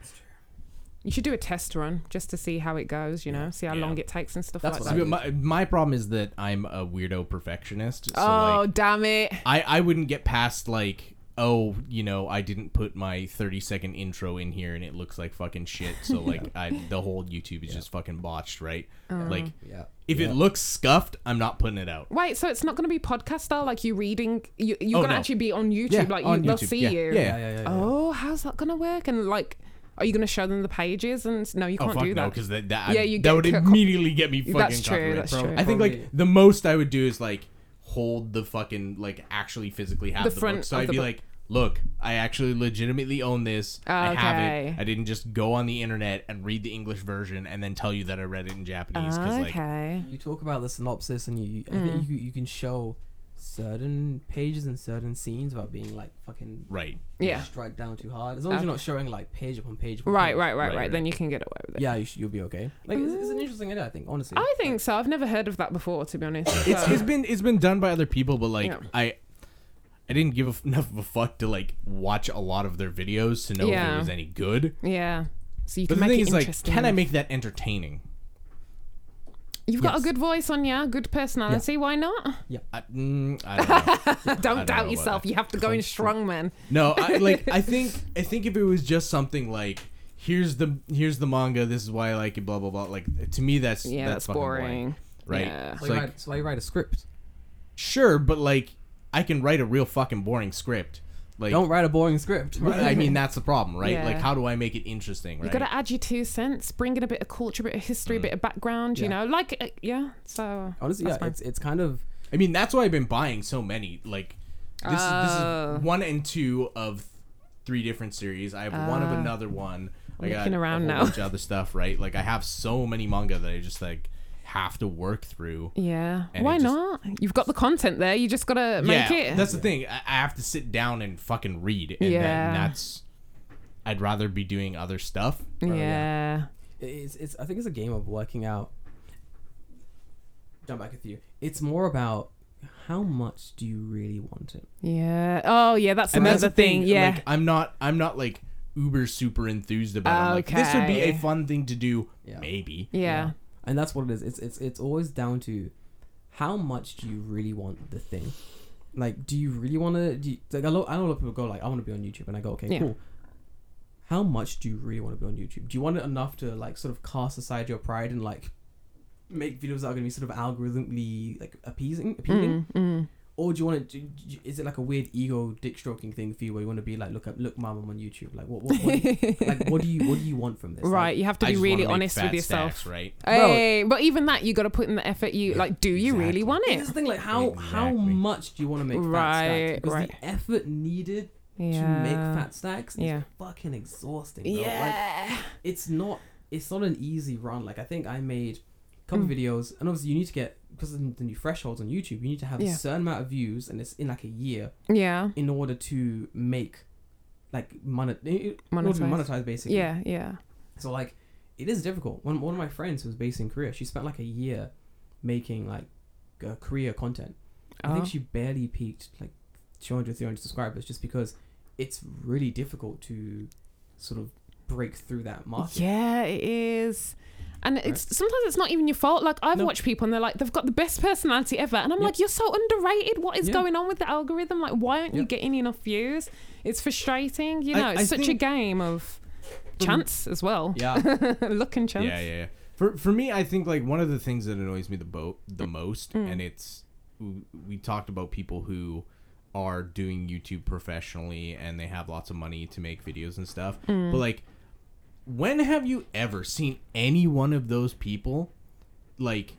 E: you should do a test run just to see how it goes, you know, see how
C: Yeah.
E: long it takes and stuff
D: That's
E: like
D: what I
E: that.
C: So my, my problem is that I'm a weirdo perfectionist. So
E: oh,
C: like,
E: damn it.
C: I I wouldn't get past like oh you know I didn't put my 30 second intro in here and it looks like fucking shit so like I the whole YouTube is just fucking botched right like
D: Yeah.
C: if it looks scuffed I'm not putting it out
E: Wait, so it's not going to be podcast style, like you reading, you, you're
C: Oh,
E: going to
C: no.
E: actually be on YouTube, like you,
C: on
E: they'll
C: YouTube,
E: see
C: yeah.
E: you.
C: yeah,
D: Yeah, yeah, yeah. yeah.
E: Oh, how's that going to work? And like, are you going to show them the pages? And no, you
C: Oh
E: can't
C: fuck
E: do
C: no!
E: that.
C: Because that that,
E: Yeah, you
C: that
E: get
C: would
E: co-
C: immediately get me fucking
E: That's true,
C: copyright
E: that's
C: pro-
E: true.
C: I think
D: Probably-
C: like the most I would do is like hold the fucking like actually physically have
E: The
C: the,
E: front
C: book. So
E: of
C: I'd
E: the
C: be
E: book.
C: like, look, I actually legitimately own this. I have
E: Oh, Okay.
C: it. I didn't just go on the internet and read the English version and then tell you that I read it in Japanese. Because like
E: okay.
D: You talk about the synopsis, and you, I
E: Mm.
D: think you, you can show certain pages and certain scenes without being like fucking
C: right.
E: Yeah.
D: strike down too hard. As long as you're not showing like page upon page. Upon
E: Right,
D: page.
E: right, right,
C: Right,
E: right,
C: right.
E: Then you can get away with it.
D: Yeah, you should, you'll be okay. Like it's, it's an interesting idea, I think. Honestly,
E: I think so. I've never heard of that before, to be honest.
C: It's,
E: So-
C: it's been it's been done by other people, but like
E: Yeah.
C: I. I didn't give a f- enough of a fuck to like watch a lot of their videos to know if
E: Yeah.
C: it was any good.
E: yeah. So you
C: But
E: can
C: the
E: make
C: thing
E: it
C: is, like,
E: interesting.
C: can I make that entertaining?
E: You've got
D: Yes.
E: a good voice on ya, good personality. Why not?
C: I, mm, I don't know.
E: Don't
C: know
E: doubt
C: about
E: yourself.
C: that.
E: You have to go in strong, man.
C: No, I, like I think I think if it was just something like here's the here's the manga, this is why I like it, blah blah blah. Like to me, that's
E: Yeah, that's,
C: fucking
E: boring.
C: right?
E: Yeah.
C: It's
D: So, you
C: like
D: write, so you write a script.
C: sure, but like I can write a real fucking boring script. Like
D: Don't write a boring script.
C: I mean that's the problem, right?
E: Yeah.
C: Like how do I make it interesting, right?
E: You got to add your two cents, bring in a bit of culture, a bit of history, a
C: Mm.
E: bit of background. You
D: Yeah.
E: know, like uh, yeah. So
C: Oh.
D: Honestly,
E: that's
D: yeah,
E: fine.
D: it's it's kind of
C: I mean that's why I've been buying so many. Like this is
E: Oh.
C: this is one and two of three different series. I have one
E: Uh.
C: of another one. I got
E: looking around
C: a whole
E: now.
C: bunch of other stuff, right? Like I have so many manga that I just like have to work through.
E: yeah.
C: and
E: Why
C: it just-
E: not? You've got the content there. You just got to make it.
C: That's the thing. I, I have to sit down and fucking read, and
E: Yeah.
C: then that's. I'd rather be doing other stuff.
E: yeah.
D: it's, it's I think it's a game of working out. Jump back with you. It's more about how much do you really want it.
E: Yeah. Oh yeah. That's
C: And
E: another
C: that's the
E: thing.
C: thing.
E: Yeah.
C: Like, I'm not. I'm not like uber super enthused about. It. I'm like this would be
E: Okay.
C: a fun thing to do.
D: Yeah.
C: Maybe.
E: yeah.
D: And that's what it is. It's it's it's always down to how much do you really want the thing. like do you really want to like I know, I know a lot of people go like i want to be on youtube and i go okay
E: Yeah.
D: cool how much do you really want to be on youtube do you want it enough to like sort of cast aside your pride and like make videos that are going to be sort of algorithmically like appeasing appealing
E: Mm, mm.
D: or do you want to is it like a weird ego dick stroking thing for you where you want to be like look up look mom i'm on youtube like what, what, what like what do you what do you want from this Like,
E: right, you have to
C: I
E: be
C: just wanna
E: really
C: make
E: honest with
C: fat
E: yourself.
C: stacks, right?
D: Bro.
E: Hey, but even that, you got to put in the effort. You like, do you really
C: Exactly.
E: want
D: This is
E: it?
D: the thing, like how how
C: Exactly.
D: much do you want to make fat
E: Right,
D: stacks? Because
E: right.
D: the effort needed to make
E: Yeah.
D: fat stacks is
E: Yeah.
D: fucking exhausting. Bro. Like,
E: Yeah.
D: it's not it's not an easy run. Like I think I made a couple
E: Mm.
D: videos, and obviously you need to get because of the new thresholds on YouTube, you need to have
E: Yeah.
D: a certain amount of views, and it's in like a year
E: Yeah.
D: in order to make like monet monetize,
E: Monetize.
D: monetize basically.
E: Yeah. Yeah.
D: So like, it is difficult. One one of my friends who was based in Korea, she spent like a year making like uh, Korea content. I
E: Oh.
D: think she barely peaked like 200, 300 subscribers just because it's really difficult to sort of break through that market.
E: Yeah, it is. And it's sometimes it's not even your fault. Like I've
D: No.
E: watched people and they're like, they've got the best personality ever, and I'm
D: Yeah.
E: like, you're so underrated. What is
D: Yeah.
E: going on with the algorithm? Like, why aren't you
D: Yeah.
E: getting enough views? It's frustrating. You
C: I-
E: know, it's
C: I
E: such a
C: think-
E: game of chance as well.
D: Yeah.
E: Luck and chance.
C: Yeah, yeah, yeah. For for me, I think like one of the things that annoys me the boat the most,
E: Mm.
C: and it's w- we talked about people who are doing YouTube professionally and they have lots of money to make videos and stuff.
E: Mm.
C: But like, when have you ever seen any one of those people like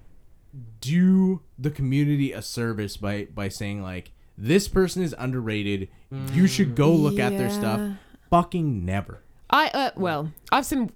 C: do the community a service by by saying like this person is underrated, you should go look at their
E: Yeah.
C: stuff? Fucking never.
E: I uh, well, I've seen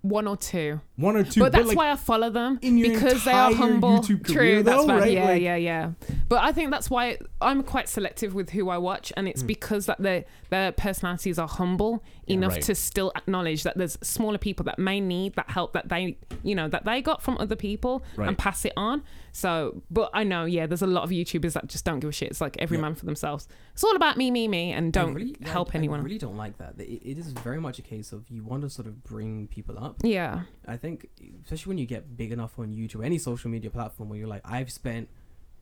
E: one or two,
C: One or two,
E: but that's
C: like,
E: why I follow them
C: in your
E: because they are
C: entire
E: humble.
C: YouTube
E: True,
C: career,
E: that's
C: though,
E: right.
C: right?
E: Yeah,
C: Like-
E: yeah, yeah. But I think that's why I'm quite selective with who I watch, and it's because that their their personalities are humble enough
C: right.
E: to still acknowledge that there's smaller people that may need that help that they you know that they got from other people
C: Right.
E: and pass it on. So, but I know, yeah, there's a lot of YouTubers that just don't give a shit. It's like every man for themselves. It's all about me, me, me, and
D: I
E: don't
D: really- yeah,
E: help
D: I,
E: anyone.
D: I really don't like that. It, it is very much a case of you want to sort of bring people up.
E: yeah,
D: I think, especially when you get big enough on YouTube, any social media platform where you're like, I've spent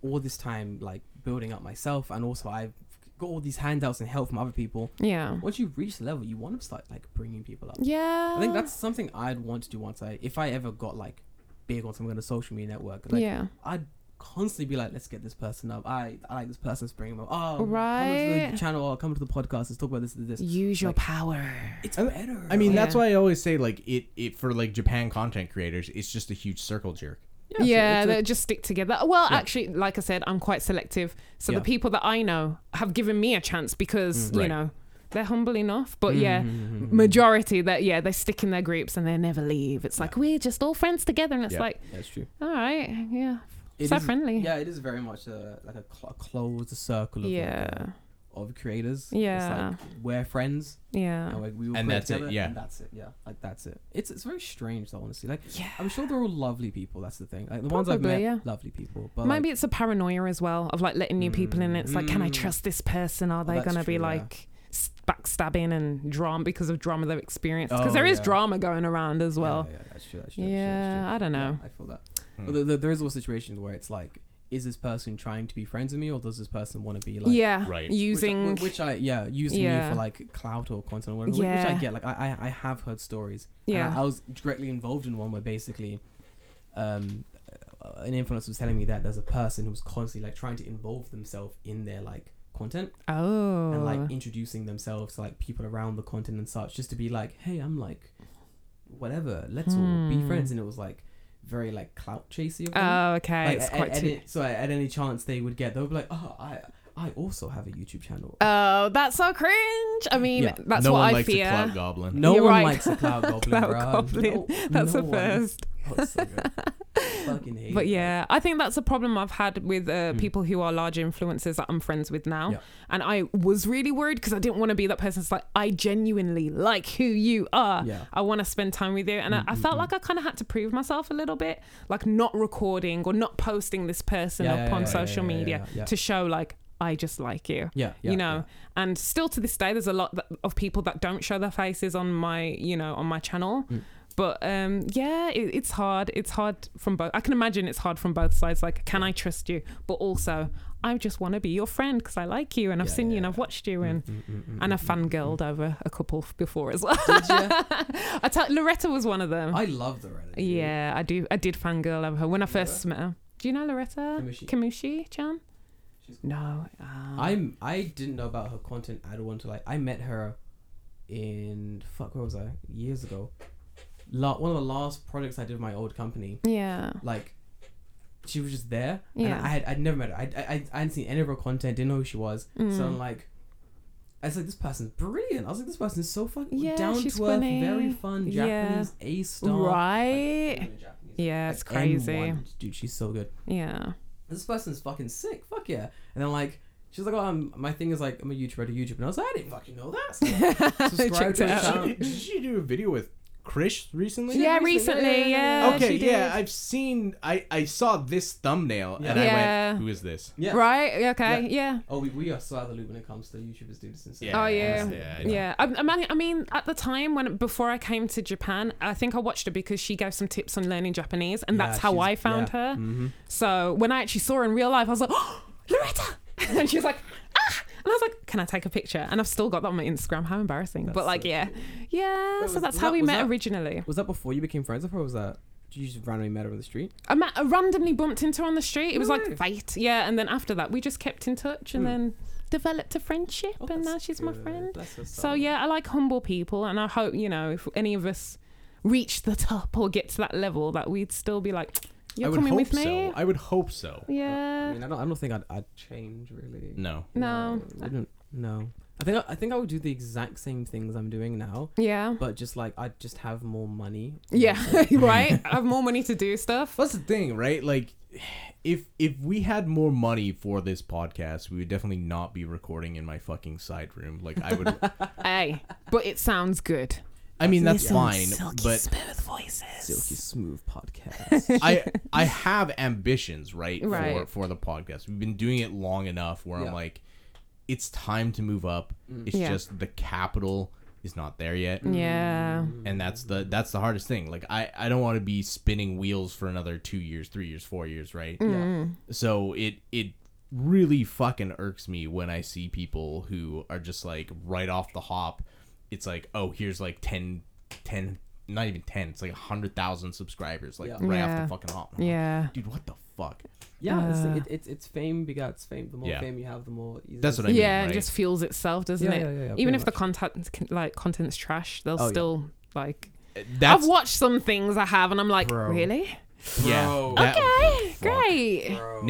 D: all this time like building up myself, and also I've got all these handouts and help from other people.
E: yeah,
D: Once you reach the level, you want to start like bringing people up.
E: yeah.
D: I think that's something I'd want to do once I, if I ever got like big on some kind of social media network. Like,
E: yeah.
D: I'd constantly be like, let's get this person up. I, I like this person's bringing them up. Oh, Come to
E: Right.
D: the channel or come to the podcast. Let's talk about this and this.
E: Use your
D: Like-
E: power.
D: It's
C: I-
D: better.
C: I mean,
E: Yeah.
C: that's why I always say like it, it for like Japan content creators, it's just a huge circle jerk.
E: Yeah,
D: it's a-
E: they just stick together. Well, actually, like I said, I'm quite selective. So
D: Yeah.
E: the people that I know have given me a chance because
C: Mm. Right.
E: you know they're humble enough.
D: Mm-hmm,
E: But yeah, majority that yeah they stick in their groups and they never leave. It's like we're just all friends together, and it's
C: Yeah.
E: like
D: that's true.
E: all right, yeah,
D: It
E: so
D: is-
E: friendly.
D: Yeah, it is very much a, like a, cl- a closed circle of, like,
E: Yeah.
D: uh, of creators.
E: Yeah.
D: It's like, we're friends.
E: yeah,
D: and, like, we all
C: And
D: play
C: that's it,
D: together,
C: yeah.
D: And that's it. Yeah. Like, that's it. It's it's very strange, though, honestly. Like,
E: yeah.
D: I'm sure they're all lovely people. That's the thing. Like, the ones I've
E: Probably,
D: met,
E: yeah.
D: lovely people. But
E: Maybe it's a paranoia as well of like letting new people in. It's like, can I
D: Mm.
E: trust this person? Are they
D: that's
E: going to
D: true,
E: be
D: yeah.
E: like s backstabbing and drama because of drama they've experienced? Because
D: Oh,
E: there is
D: yeah.
E: drama going around as well.
D: Yeah, yeah, that's true. That's true, that's true, that's
E: Yeah,
D: true.
E: I don't know.
D: Yeah, I feel that.
C: Hmm.
E: Hmm.
D: But there- there, there is also situations where it's like, is this person trying to be friends with me, or does this person want to be like,
E: yeah,
C: Right.
D: which I-
E: using
D: which, I yeah, using me
E: Yeah.
D: for like clout or content or whatever, which- which,
E: Yeah.
D: I get. Like I, I, I have heard stories. And
E: Yeah.
D: I, I was directly involved in one where basically, um, uh, an influencer was telling me that there's a person who's constantly like trying to involve themselves in their like content
E: oh,
D: and like introducing themselves to like people around the content and such just to be like hey i'm like whatever let's all be
E: Hmm.
D: friends and it was like very like clout chasey of them.
E: oh, okay,
D: like,
E: it's
D: at,
E: quite
D: at
E: too.
D: any- so at any chance they would get they would be like oh i i also have a youtube channel
E: Oh, that's so cringe. I mean,
D: Yeah.
E: that's
C: no
E: what
C: one
E: I
C: likes
E: fear.
C: a cloud goblin.
D: no
E: You're
D: one
E: right.
D: likes a cloud goblin,
E: Cloud
D: bruh.
E: goblin.
D: No-
E: that's
D: no
E: the
D: one.
E: first.
D: Oh, it's so good. fucking hate
E: But
D: it.
E: yeah, I think that's a problem I've had with uh,
D: Mm.
E: people who are large influencers that I'm friends with now.
D: Yeah.
E: And I was really worried because I didn't want to be that person. that's like, I genuinely like who you are.
D: Yeah.
E: I want to spend time with you. And I, I felt like I kind of had to prove myself a little bit, like not recording or not posting this person
D: Yeah,
E: up
D: yeah,
E: on
D: yeah, yeah,
E: social
D: yeah, yeah,
E: media
D: yeah, yeah.
E: to show, like, I just like you.
D: yeah, yeah
E: you know and
D: Hmm.
E: still to this day there's a lot that, of people that don't show their faces on my you know on my channel But um, yeah, it, it's hard. It's hard from both. I can imagine it's hard from both sides. Like, can I trust you? But also, I just want to be your friend because I like you and I've
C: Yeah,
E: seen you and
C: yeah,
E: I've
C: yeah.
E: watched
D: Hmm.
E: you and
D: Mm,
E: and I fangirled over a couple before as well. I tell Loretta was one of them.
D: I love the Reddit. dude.
E: yeah, I do. I did fangirl over her when I first met her. Do you know Loretta
D: Kimushi.
E: Chan?
D: She's
E: No, um,
D: I'm I didn't know about her content at all until like I met her in fuck where was I years ago. La- one of the last projects I did with my old company,
E: yeah.
D: like she was just there,
E: Yeah.
D: and I had I'd never met her. I I I hadn't seen any of her content, didn't know who she was.
E: Mm.
D: So I'm like, I was like, this person's brilliant. I was like, this person's so fucking
E: Yeah,
D: down
E: she's
D: to earth,
E: funny.
D: very fun
E: Yeah.
D: Japanese A star,
E: Right.
D: Like, Japanese.
E: yeah, it's
D: Like,
E: crazy.
D: N1, dude. She's so good
E: Yeah.
D: this person's fucking sick. Fuck yeah. And then like she's like, oh, I'm, my thing is like I'm a YouTuber to YouTube, and I was like, I didn't fucking know that. So, subscribe
E: Checked
D: to
E: it
D: her
E: out.
D: channel.
C: Did she do a video with Krish recently?
E: Yeah,
D: recently, yeah,
E: recently,
D: yeah,
E: yeah.
C: okay,
E: she did.
C: yeah, I've seen. I I saw this thumbnail and I
E: Yeah.
C: went, "Who is this?"
D: Yeah.
E: Right. Okay. Yeah.
D: Oh, we, we are so out of the loop when it comes to YouTubers doing this and stuff.
C: Yeah,
E: Oh yeah,
C: yeah, I know.
E: yeah. I, I mean, I mean, at the time when before I came to Japan, I think I watched her because she gave some tips on learning Japanese, and that's
D: Yeah,
E: how
D: she's-
E: I found
D: yeah. Mm.
E: her. So when I actually saw her in real life, I was like, oh, Loretta, and she was like, ah, and I was like, can I take a picture? And I've still got that on my Instagram. How embarrassing! but
D: That's
E: like,
D: so
E: yeah, yeah.
D: Wait,
E: so
D: was-
E: that's
D: was
E: how
D: that-
E: we
D: was
E: met
D: that-
E: originally.
D: Was that before you became friends with her? Or was that you just randomly met her on the street?
E: I, met, I randomly bumped into her on the street. It was
D: way.
E: like fate, yeah. And then after that, we just kept in touch, and then developed a friendship,
D: Oh,
E: and now she's my friend. So yeah, I like humble people, and I hope you know if any of us reach the top or get to that level, that we'd still be like,
C: I
E: "You're
C: would
E: coming
C: hope
E: with me."
C: so. I would hope so.
E: yeah.
D: I mean, I don't, I don't think I'd, I'd change really.
C: No.
E: No.
D: I don't. No. I think I, I think I would do the exact same things I'm doing now,
E: Yeah.
D: but just like I'd just have more money.
E: Yeah. right. I have more money to do stuff.
C: That's the thing, right? Like, if if we had more money for this podcast, we would definitely not be recording in my fucking side room. Like, I would.
E: Hey, but it sounds good.
C: I mean, that's
E: Listen,
C: fine,
E: silky
C: but
E: smooth voices.
D: Silky smooth podcast.
C: I I have ambitions, right? For
E: Right.
C: for the podcast, we've been doing it long enough where
D: Yeah. Mm.
C: I'm like, it's time to move up. It's
E: Yeah. Mm.
C: just the capital is not there yet.
E: Yeah.
C: and that's the that's the hardest thing like i i don't want to be spinning wheels for another two years three years four years right
E: Mm.
D: yeah.
C: so it it really fucking irks me when i see people who are just like right off the hop it's like oh here's like 10 10 not even 10 it's like 100000 subscribers like
D: Yeah.
C: right off
E: Yeah.
C: the fucking hop
E: Yeah.
C: dude what the fuck
D: Yeah, it's,
E: Uh,
D: it, it's it's fame begets fame. The more
C: Yeah.
D: fame you have, the more. easy
C: that's
D: it
C: what i
E: Yeah,
C: mean
E: it
C: right?
E: just fuels itself, doesn't
D: Yeah,
E: it?
D: yeah, yeah, yeah,
E: Even
D: pretty
E: if the
D: much.
E: content like content's trash, they'll
D: Oh, yeah.
E: still like.
C: Eh, that's
E: I've watched some things I have, and I'm like,
C: Bro.
E: really?
C: yeah
D: Bro.
C: that-
E: Okay,
C: fuck.
E: great.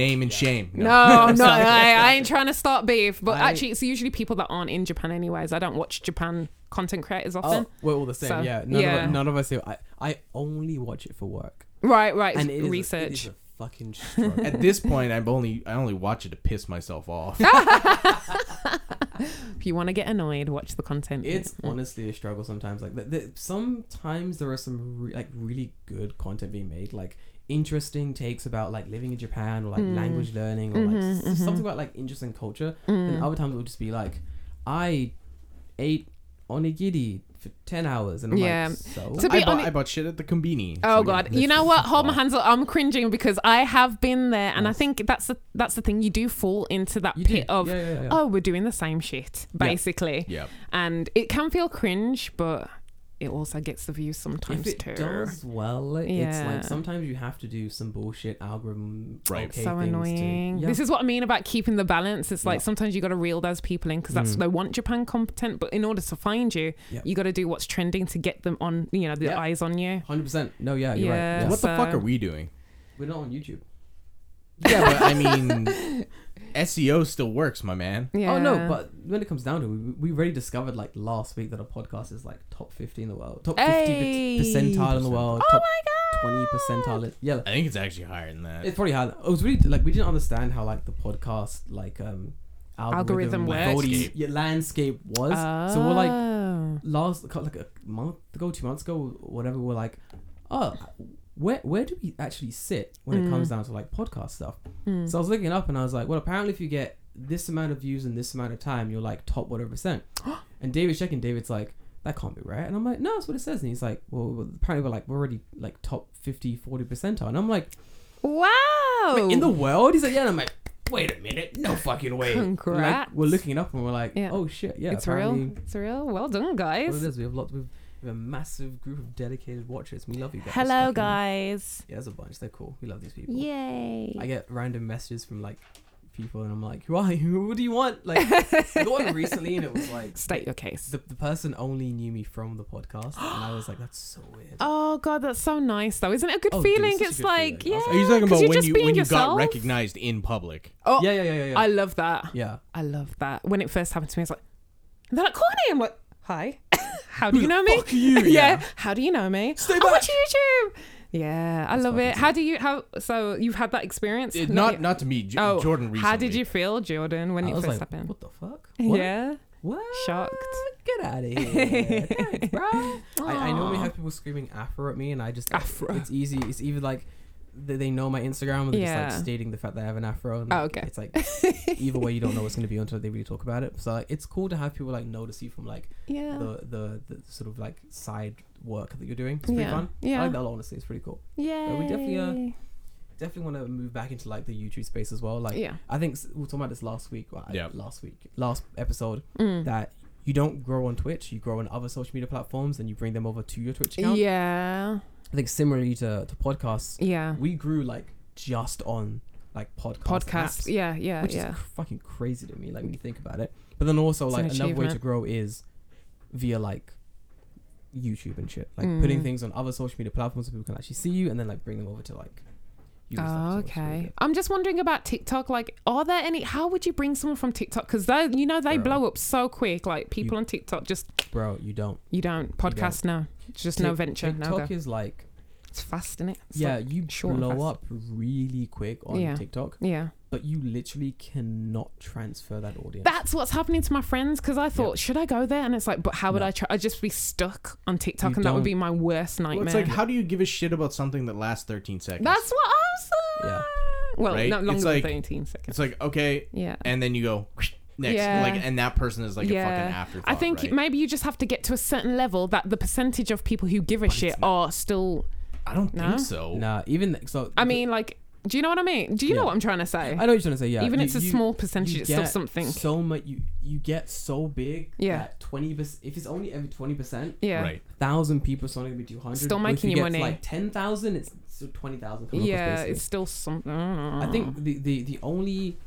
C: name and shame
E: No, I'm not. I, I ain't trying to start beef, but
D: I-
E: actually, it's usually people that aren't in Japan, anyways. I don't watch Japan content creators
D: Oh,
E: often.
D: we're all the same.
E: So,
D: yeah, none,
E: yeah.
D: Of, none of us here. I, I only watch it for work.
E: Right, right.
D: and it is A, it
E: research.
D: is a fucking struggle.
C: at this point i've only i only watch it to piss myself off
E: if you want to get annoyed, watch the content.
D: it's honestly a struggle sometimes. Like, the, the, sometimes there are some re- like really good content being made, like interesting takes about like living in Japan or like
E: Mm.
D: language learning or like
E: Mm-hmm,
D: s- something about like interest in culture.
E: Mm.
D: And other times it will just be like, I ate onigiri for ten hours, and I'm
E: Yeah.
D: like, so
E: To be
C: I, bought,
E: hone-
C: I bought shit at the combini.
E: Oh
C: So,
E: god!
C: yeah.
E: You know what? Hold my hands up. I'm cringing because I have been there, and I think that's the that's the thing. You do fall into that
D: You do.
E: pit of
D: Yeah, yeah, yeah.
E: oh, we're doing the same shit basically,
C: Yeah.
E: and it can feel cringe, but it also gets the views sometimes
D: if it
E: too.
D: does well, it's
E: Yeah.
D: like sometimes you have to do some bullshit algorithm.
C: Right.
D: okay
E: so
D: things to-
E: annoying.
D: yeah.
E: This is what I mean about keeping the balance. It's like
D: Yeah. Mm.
E: sometimes you got to reel those people in because that's they want Japan content, but in order to find you,
D: Yeah.
E: you got to do what's trending to get them on. You know, the
D: Yeah.
E: eyes on you.
D: Hundred percent. No, yeah, you're
E: Yeah.
D: right.
C: What
D: Yes.
C: the fuck
E: So-
C: are we doing?
D: We're not on YouTube.
C: Yeah, but I mean, SEO still works, my man.
E: Yeah.
D: Oh no, but when it comes down to it, we, we already discovered like last week that our podcast is like top fifty in the world, top fifty
E: Hey.
D: per- percentile in the world,
E: oh
D: uh, top
E: my god!
D: twenty percentile. in- Yeah,
C: I think it's actually higher than that.
D: it's probably hard. It was really like we didn't understand how like the podcast like um
E: Algorithm
D: algorithm,
E: works.
D: landscape. Yeah, landscape was. So we're like last like a month ago, two months ago, whatever, we're like, oh, where where do we actually sit when it
E: Mm.
D: comes down to like podcast stuff? So I was looking it up and I was like, well, apparently if you get this amount of views in this amount of time, you're like top whatever percent. and David's checking. David's like, that can't be right. And I'm like, no, that's what it says. And he's like, well, apparently we're like, we're already like top 50, 40 percentile. And I'm like,
E: Oh. Wow.
D: wait, in the world? He's like, yeah. And I'm like, wait a minute. No fucking way. And, like,
E: Congrats.
D: we're looking it up and we're like,
E: Yeah.
D: oh shit. Yeah.
E: it's real.
D: apparently-
E: It's real. Well done,
D: Well, it
E: guys.
D: is. We have lots of, we have a massive group of dedicated watchers. We love you guys.
E: Hello,
D: Fucking-
E: guys.
D: Yeah, there's a bunch. They're cool. We love these people.
E: Yay.
D: I get random messages from like people, and I'm like, who are you? What do you want? Like, I got one recently, and it was like,
E: State your case.
D: the, the person only knew me from the podcast, and I was like, that's so weird.
E: Oh God, that's so nice though. Isn't it a good
D: Oh, dude,
E: feeling?
D: such a
E: it's
D: good
E: like
D: feeling.
E: yeah.
D: Awesome.
C: Are you talking
E: 'cause
C: about
E: you're
C: when
E: just
C: you
E: being
C: when you got
E: yourself.
C: recognized in public?
E: Oh,
D: yeah, yeah, yeah, yeah, yeah.
E: I love that.
D: yeah.
E: I love that. When it first happened to me, I was like, and they're like, Courtney. I'm like, hi. How do you know me?
C: Fuck you, yeah.
E: How do you know me? I watch YouTube. Yeah, I love it. How do you? How so? You've had that experience?
C: It- not not to me, J-
E: oh,
C: Jordan. Recently.
E: How did you feel, Jordan, when
D: I
E: it
D: was like,
E: first happened?
D: what the fuck? What?
E: Yeah,
D: What?
E: shocked.
D: Get out of here, Thanks, bro. I, I normally
E: Aw.
D: have people screaming Afro at me, and I just
E: Afro.
D: It's easy. It's either like they, they know my Instagram, or they're just
E: Yeah.
D: like stating the fact that I have an Afro. And
E: Oh,
D: like,
E: okay.
D: It's like either way, you don't know what's gonna be until they really talk about it. So like, it's cool to have people like notice you from like
E: Yeah.
D: the, the the sort of like side work that you're doing. It's pretty
E: Yeah.
D: fun. I
E: Yeah.
D: like that. a lot, Honestly, it's pretty cool.
E: yeah.
D: we definitely, uh, Definitely want to move back into like the YouTube space as well. Like
E: yeah.
D: I think s- we were talking about this last week. Well, I-
C: Yeah.
D: Last week, last episode.
E: Mm.
D: That you don't grow on Twitch, you grow on other social media platforms, and you bring them over to your Twitch account.
E: Yeah.
D: I think similarly to, to podcasts,
E: Yeah.
D: we grew like just on like podcast
E: Podcasts.
D: apps,
E: Yeah. Yeah.
D: which
E: yeah.
D: is cr- fucking crazy to me. Like when you think about it, but then also
E: It's an
D: like another way to
E: achievement.
D: grow is via like YouTube and shit, like putting
E: Mm.
D: things on other social media platforms so people can actually see you, and then like bring them over to like. you as, like,
E: Oh,
D: social media.
E: okay. I'm just wondering about TikTok. Like, are there any? How would you bring someone from TikTok? Because they, you know, they
D: Girl.
E: blow up so quick. Like people on TikTok, just
D: bro, you don't.
E: you don't podcast no. It's just no
D: Tik-
E: venture. No go.
D: TikTok is like
E: It's fast, isn't it? It's
D: yeah,
E: like-
D: you
E: short and
D: blow
E: fast.
D: up really quick on
E: Yeah.
D: TikTok,
E: yeah.
D: but you literally cannot transfer that audience.
E: That's what's happening to my friends because I thought, should I go there? And it's like, but how would
D: No.
E: I try? I'd just be stuck on TikTok,
D: You
E: and that would
D: don't-
E: be my worst nightmare.
C: Well, it's like how do you give a shit about something that lasts 13 seconds?
E: That's what I'm saying.
D: Yeah.
E: Well,
C: Right?
E: no,
C: It's
E: longer
C: like-
E: than 13 seconds.
C: it's like okay,
E: Yeah.
C: and then you go next,
E: Yeah.
C: like, and that person is like a fucking afterthought.
E: I think
C: right?
E: maybe you just have to get to a certain level that the percentage of people who give a shit are still.
C: I don't
E: No?
C: think so.
D: Nah, even th- so.
E: I mean, like, do you know what I mean? Do you know
D: Yeah.
E: what I'm trying to
D: I
E: say?
D: know what you're trying to say. Yeah,
E: Even
D: you-
E: it's a
D: you-
E: small
D: you
E: percentage, it's still
D: get
E: something.
D: So much you you get so big.
E: Yeah.
D: twenty percent. If it's only every twenty percent,
E: yeah.
C: Right.
D: thousand people, it's only gonna be two hundred.
E: Still
D: if
E: making
D: you
E: you
D: get to,
E: money.
D: Like ten thousand, it's twenty thousand.
E: Yeah, it's still something. I,
D: I think the, the, the only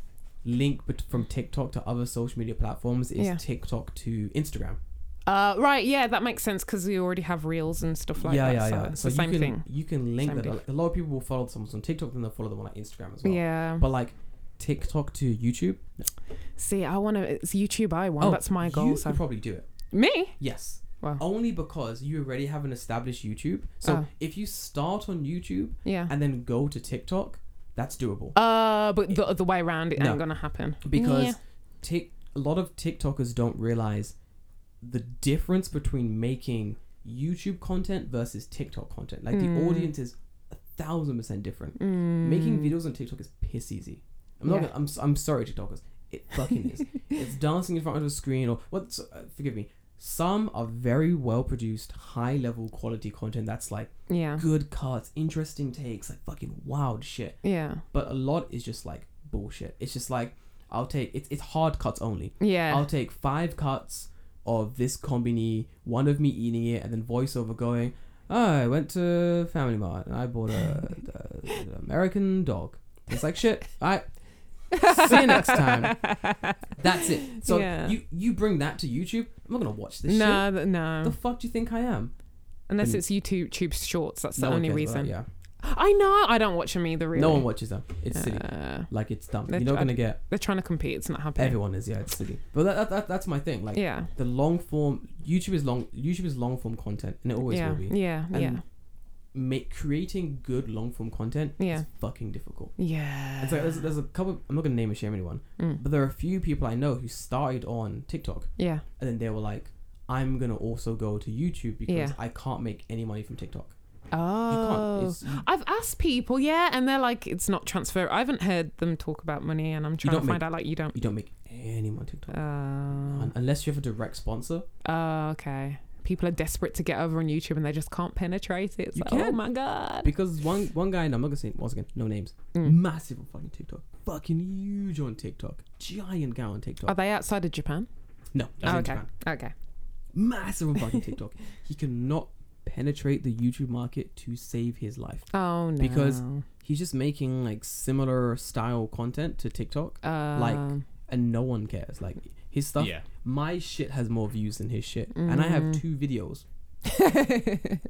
D: link bet- from TikTok to other social media platforms is
E: Yeah.
D: TikTok to Instagram.
E: Uh, right, yeah, that makes sense because we already have reels and stuff like
D: yeah,
E: that.
D: yeah,
E: so
D: yeah.
E: It's
D: So
E: the
D: you
E: same
D: can
E: thing.
D: you can link
E: Same
D: that.
E: thing.
D: Like, a lot of people will follow someone on TikTok, then they'll follow them on like, Instagram as well.
E: Yeah.
D: But like TikTok to YouTube, Oh,
E: See, I want to. It's YouTube I want. that's my goal.
D: You
E: so
D: could probably do it.
E: me.
D: Yes.
E: Wow.
D: Only because you already have an established YouTube. So
E: Oh.
D: if you start on YouTube
E: Yeah.
D: and then go to TikTok, that's doable.
E: uh, but the other way around, it
D: No.
E: ain't gonna happen.
D: because
E: Yeah.
D: tik a lot of TikTokers don't realize the difference between making YouTube content versus TikTok content. Like
E: Mm.
D: the audience is a thousand percent different. Making videos on TikTok is piss easy. I'm not.
E: Yeah.
D: Gonna, I'm. s- I'm sorry, TikTokers. It fucking is. It's dancing in front of a screen or what? Uh, forgive me. Some are very well produced, high level quality content that's like
E: yeah,
D: good cuts, interesting takes, like fucking wild shit
E: yeah,
D: but a lot is just like bullshit. It's just like I'll take it's it's hard cuts only.
E: yeah.
D: I'll take five cuts of this combini, one of me eating it, and then voiceover going. Oh, I went to Family Mart and I bought a, a- an American dog. It's like shit. I see you next time. That's it. So
E: Yeah.
D: you you bring that to YouTube. I'm not gonna watch this shit.
E: no, th- no.
D: The fuck do you think I am?
E: Unless it's YouTube tube shorts. That's the
D: one
E: only
D: cares about
E: reason.
D: that, Yeah.
E: I know. I don't watch them either. Really.
D: No one watches them. It's silly.
E: Uh,
D: Like it's dumb.
E: They're
D: You're not
E: trying-
D: gonna get
E: they're trying to compete. It's not happening.
D: everyone is. Yeah, it's silly. But that, that, that that's my thing. Like
E: Yeah.
D: the long form YouTube is long YouTube is long form content and it always
E: Yeah.
D: will be.
E: Yeah.
D: And
E: Yeah.
D: Make creating good long form content
E: Yeah.
D: is fucking difficult.
E: Yeah.
D: It's like there's, there's a couple. I'm not gonna name and shame anyone,
E: Mm.
D: but there are a few people I know who started on TikTok
E: yeah.
D: and then they were like, "I'm gonna also go to YouTube because
E: Yeah.
D: I can't make any money from TikTok."
E: Oh.
D: You can't. It's, you,
E: I've asked people, yeah, and they're like, it's not transfer. I haven't heard them talk about money, and I'm trying to
D: don't
E: find
D: make-
E: out like you don't.
D: you don't make any money on TikTok
E: Uh,
D: Un- unless you have a direct sponsor.
E: oh, okay. people are desperate to get over on YouTube and they just can't penetrate it. It's
D: You
E: like, oh
D: can.
E: my god.
D: Because one one guy, and I'm not gonna say once again, no names,
E: Mm.
D: massive on fucking TikTok, fucking huge on TikTok, giant guy on TikTok.
E: Are they outside of Japan?
D: no, he's in
E: Oh, okay.
D: Japan.
E: Okay.
D: massive on fucking TikTok. He cannot penetrate the YouTube market to save his life.
E: Oh no.
D: Because- He's just making like similar style content to TikTok,
E: Um,
D: and no one cares. Like his stuff,
C: Yeah.
D: my shit has more views than his shit, and I have
E: Mm.
D: two videos.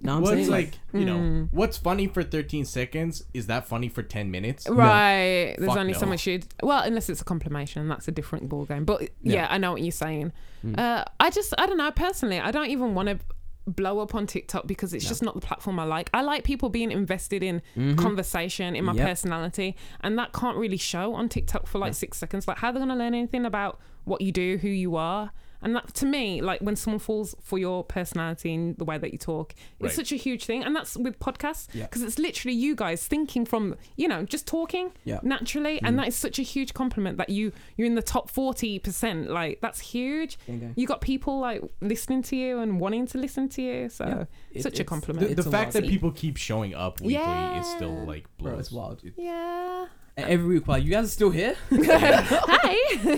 D: Now I'm
C: well,
D: saying
C: it's
D: like,
C: like, you know,
E: Mm.
C: what's funny for 13 seconds is that funny for 10 minutes?
E: Right. There's
C: Fuck
E: only so
C: no.
E: much you. Well, unless it's a complimation, and that's a different ball game. But yeah,
D: Yeah.
E: I know what you're saying.
D: Mm.
E: Uh, I just, I don't know. Personally, I don't even want to blow up on TikTok because it's
D: No.
E: just not the platform I like. I like people being invested in
D: mhm.
E: conversation, in my
D: Yep.
E: personality, and that can't really show on TikTok for like
D: No.
E: six seconds. Like, how they're gonna learn anything about what you do, who you are. And that, to me, like when someone falls for your personality and the way that you talk,
C: Right.
E: it's such a huge thing. And that's with podcasts
D: Yeah.
E: because it's literally you guys thinking from, you know, just talking
D: Yeah.
E: naturally. And that is such a huge compliment that you you're in the top forty percent. Like that's huge.
D: Bingo.
E: You got people like listening to you and wanting to listen to you. So
D: Yeah. It-
E: such a
D: it's-
E: compliment.
C: The,
D: It's
C: the
D: a
C: fact
D: lot.
C: that people keep showing up weekly is still
E: Yeah.
C: like blows.
D: Bro, it's wild.
C: It-
E: yeah.
D: Every week, like, you guys are still here,
E: Hi.
C: what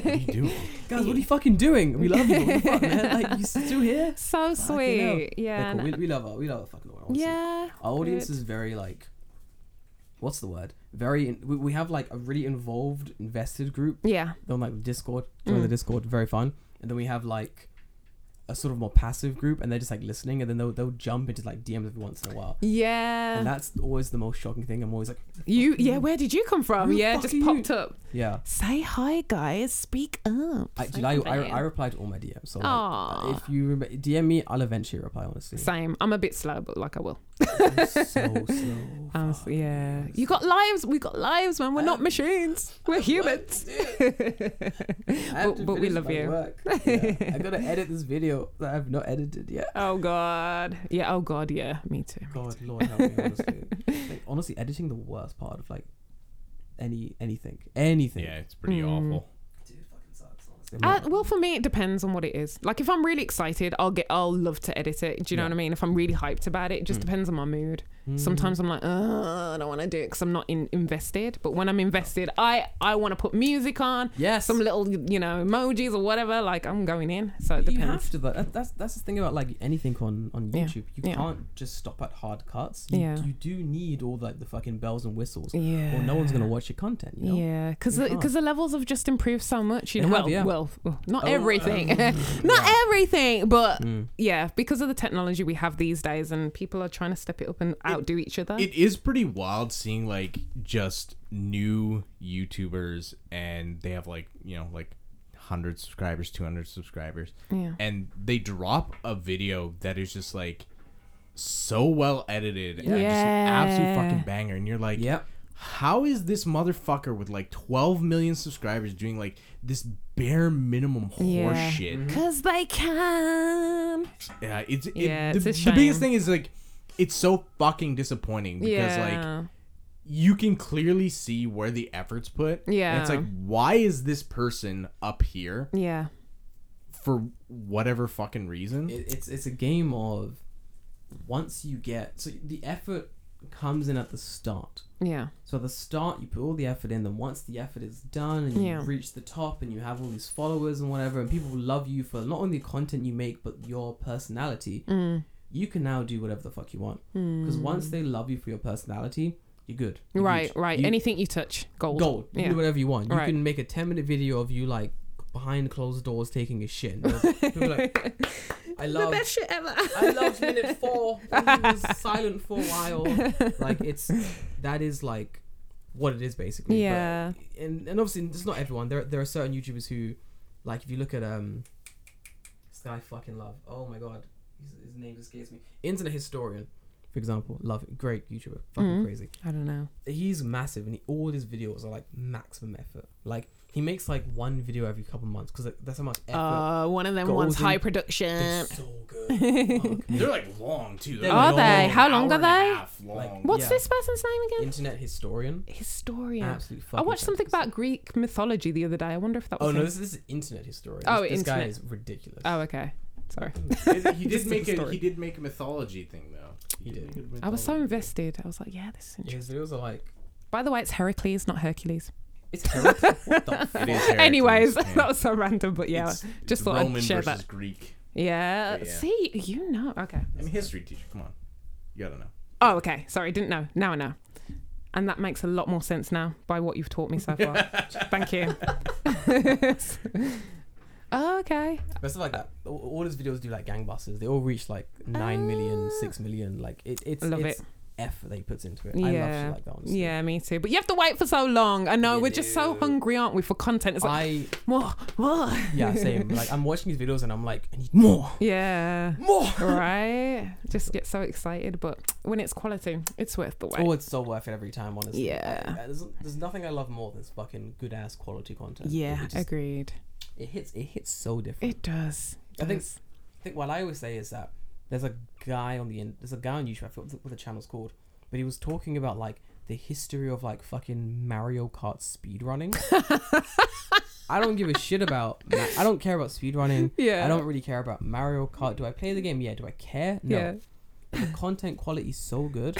C: are you doing?
D: guys. What are you fucking doing? We love you. What the fuck, man? Like, you still here?
E: So
D: Fucking hell.
E: sweet. Yeah.
D: They're cool.
E: and-
D: we, we love our we love our fucking world. honestly.
E: yeah.
D: Our audience
E: good.
D: is very like, what's the word? Very. In, we, we have like a really involved, invested group
E: Yeah.
D: on like Discord. Join the
E: Mm.
D: Discord, very fun. And then we have like a sort of more passive group, and they're just like listening, and then they'll they'll jump into like DMs every once in a while.
E: Yeah.
D: and that's always the most shocking thing. I'm always like,
E: you yeah, where did you come from?
D: Who the
E: yeah,
D: fuck
E: just
D: are you?
E: popped up.
D: yeah.
E: Say hi guys, speak up.
D: I, dude, I, I, I reply to all my DMs. So like,
E: Aw.
D: if you rem- DM me, I'll eventually reply. Honestly,
E: Same. I'm a bit slow, but like I will.
D: I'm so slow.
E: Um,
D: fuck.
E: yeah. You got lives. We got lives, man. We're not machines. We're humans.
D: I have
E: But-
D: to
E: but we
D: finish
E: love
D: my
E: you.
D: work. Yeah. I gotta edit this video that I've not edited yet.
E: oh god. Yeah. Oh god. Yeah. Me too.
D: God, Lord help me, honestly. Like, honestly, editing the worst part of like any anything, anything.
C: Yeah, it's pretty
E: Mm.
C: awful.
D: Dude, it fucking sucks. Honestly.
E: Uh, well, for me, it depends on what it is. Like, if I'm really excited, I'll get, I'll love to edit it. Do you know
D: Yeah.
E: what I mean? If I'm really hyped about it, it just
D: Mm.
E: depends on my mood. Sometimes I'm like, oh, I don't want to do it because I'm not in, invested. But when I'm invested, I, I want to put music on,
D: yes,
E: some little, you know, emojis or whatever. Like, I'm going in. So it
D: you have
E: depends.
D: to. But that, that's that's the thing about like anything on on
E: Yeah.
D: YouTube. You
E: Yeah.
D: can't just stop at hard cuts. You,
E: Yeah.
D: you do need all like the fucking bells and whistles,
E: Yeah.
D: or no one's gonna watch your content. You know?
E: Yeah, because
D: You
E: the,
D: can't.
E: 'cause the levels have just improved so much. You
D: They
E: know,
D: have,
E: well,
D: yeah.
E: well, well, not
D: Oh,
E: everything,
D: um,
E: not everything, but
D: Mm.
E: yeah, because of the technology we have these days, and people are trying to step it up and outdo each other.
C: It is pretty wild seeing like just new YouTubers and they have like, you know, like 100 subscribers, 200 subscribers.
E: yeah.
C: and they drop a video that is just like so well edited and just an absolute
E: Yeah.
C: fucking banger and you're like
D: Yep.
C: how is this motherfucker with like 12 million subscribers doing like this bare minimum
E: Yeah. Mm-hmm.
C: horse shit
E: Cause they can.
C: yeah it's it,
E: Yeah,
C: the,
E: it's a
C: the biggest
E: shame.
C: thing is like it's so fucking disappointing because like
E: yeah.
C: you can clearly see where the efforts put and it's
E: Yeah.
C: like why is this person up here
E: yeah.
C: for whatever fucking reason
E: Mm-hmm.
D: it, it's it's a game of once you get so the effort comes in at the start.
E: Yeah.
D: So at the start, you put all the effort in. Then once the effort is done and you
E: Yeah.
D: reach the top and you have all these followers and whatever, and people love you for not only the content you make but your personality,
E: Mm.
D: you can now do whatever the fuck you want. Because once they love you for your personality, you're good. You're
E: Right,
D: huge.
E: right.
D: You-
E: Anything you touch, gold.
D: gold. You
E: Yeah.
D: can do whatever you want. You
E: Right.
D: can make a ten minute video of you like behind closed doors taking a shit. And people are like, I love
E: shit ever.
D: I loved minute four. when he was silent for a while. Like it's that is like what it is basically. But-
E: Yeah.
D: and and obviously it's not everyone. There there are certain YouTubers who, like, if you look at um, this guy I fucking love. Oh my god, his, his name escapes me. Internet historian, for example, love it. great YouTuber, fucking
E: Mhm.
D: crazy.
E: I don't know.
D: He's massive, and he, all his videos are like maximum effort. Like he makes like one video every couple months because that's how much effort.
E: Uh, one of them
D: Gold
E: ones
D: in-
E: high
D: They're
E: production.
D: so good. Fuck.
C: They're like long too. They're
D: Are
C: like
E: they?
C: long,
E: How long
C: hour
E: are they?
C: and a half long.
D: Like,
E: What's
D: Yeah.
E: this person's name again?
D: Internet historian.
E: Historian.
D: Absolutely fucking
E: I watched something
D: fantastic.
E: about Greek mythology the other day. I wonder if that was.
D: Oh no,
E: him.
D: this, this is internet historian.
E: Oh,
D: this, this guy
E: internet.
D: is ridiculous.
E: Oh, okay. Sorry.
C: It- he
E: Just
C: did
E: a
C: make a
E: story.
C: he did make a mythology thing though.
D: He did.
C: make a
E: I was so
C: mythology.
E: invested. I was like, yeah, this is interesting.
D: His videos are like
E: By the way, it's Heracles, not Hercules.
D: it's terrible. what the
C: It is
D: fuck?
C: Heracles,
E: Anyways,
C: man.
E: that was so random, but yeah.
C: It's-
E: just
C: it's
E: thought I'd
C: Roman
E: share
C: versus
E: that.
C: Greek.
E: yeah.
C: But yeah.
E: See, you know. Okay.
C: I'm a history teacher. Come on, you gotta know.
E: Oh, okay. Sorry, didn't know. Now I know. And that makes a lot more sense now by what you've taught me so far. Thank you. oh, okay.
D: Rest of like that. All, all his videos do like gangbusters. They all reach like nine million,
E: Ah.
D: six million. Like it, it's
E: Love
D: it's
E: it.
D: effort that he puts into it. I love
E: Yeah.
D: shit like that. Honestly.
E: Yeah, me too. But you have to wait for so long. I know
D: You
E: we're just so
D: do.
E: hungry, aren't we, for content? It's like,
D: I
E: more, more.
D: yeah same. Like I'm watching these videos and I'm like I need more,
E: Yeah.
D: more.
E: right? Just get so excited, but when it's quality, it's worth the wait.
D: Oh, it's so worth it every time. Honestly.
E: Yeah.
D: I- I- there's, there's nothing I love more than fucking good ass quality content.
E: yeah,
D: It, just-
E: agreed.
D: it hits. It hits so different.
E: It does. It
D: I think-
E: does.
D: I think what I always say is that there's a guy on the in- there's a guy on YouTube. I forgot what the channel's called, but he was talking about like the history of like fucking Mario Kart speedrunning. I don't give a shit about. Ma- I don't care about speedrunning.
E: Yeah.
D: I don't really care about Mario Kart. Do I play the game? Yeah. Do I care? No.
E: Yeah.
D: The content quality is so good.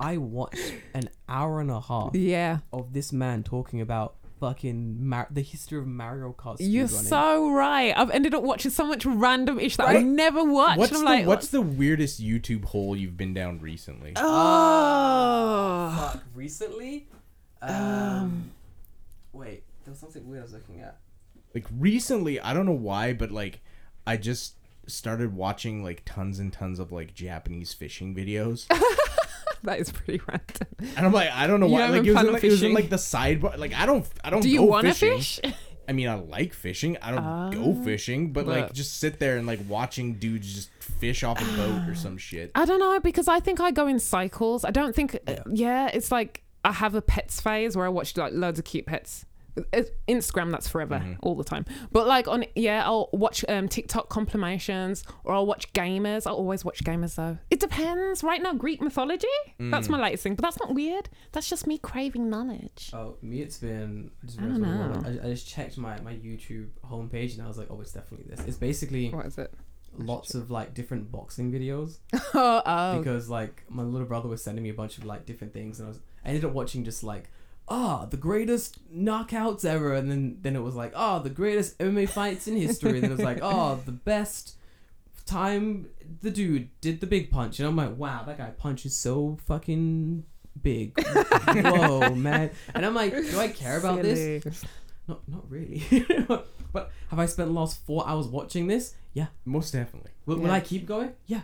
D: I watched an hour and a half
E: Yeah.
D: of this man talking about fucking Mar- the history of Mario Kart speedrunning.
E: You're so right. I've ended up watching so much random ish that I
C: Right?
E: never watched.
C: What's
E: and
C: the
E: I'm like, Uh,
C: what's the weirdest YouTube hole you've been down recently?
E: oh.
D: fuck recently. Um, wait, there was something weird I was looking at.
C: like recently i don't know why but like i just started watching like tons and tons of like japanese fishing videos
E: That is pretty random.
C: and i'm like i don't know
E: You
C: why
E: haven't
C: like it, was
E: found
C: in, like, it was in
E: fishing?
C: like the sidebar like i don't i don't
E: Do you
C: go
E: want to
C: fishing.
E: fish? Ah.
C: i mean i like fishing i don't go fishing but like
E: but-
C: just sit there and like watching dudes just fish off a boat or some shit
E: I don't know because I think I go in cycles. I don't think, uh, yeah, it's like I have a pets phase where I watch like loads of cute pets. It's- Instagram, that's forever, all the time. But like on, yeah, I'll watch um, TikTok compilations or I'll watch gamers. I always watch gamers though. It depends. Right now, Greek mythology. That's my latest thing, but that's not weird. That's just me craving knowledge.
D: Oh, me, it's been. I just,
E: I don't
D: realized what it was.
E: know.
D: I, I just checked my, my YouTube homepage and I was like, oh, it's definitely this. It's basically
E: What is it?
D: lots of like different boxing videos
E: Oh, oh.
D: because like my little brother was sending me a bunch of like different things and I was I ended up watching just like ah the greatest knockouts ever and then then it was like ah the greatest MMA fights in history and then it was like ah the best time the dude did the big punch and I'm like wow that guy punches so fucking big whoa man and I'm like do I care about this
E: this?
D: not not really. but have I spent the last four hours watching this? Yeah.
C: most definitely
D: Will, will
E: Yeah.
D: I keep going? Yeah.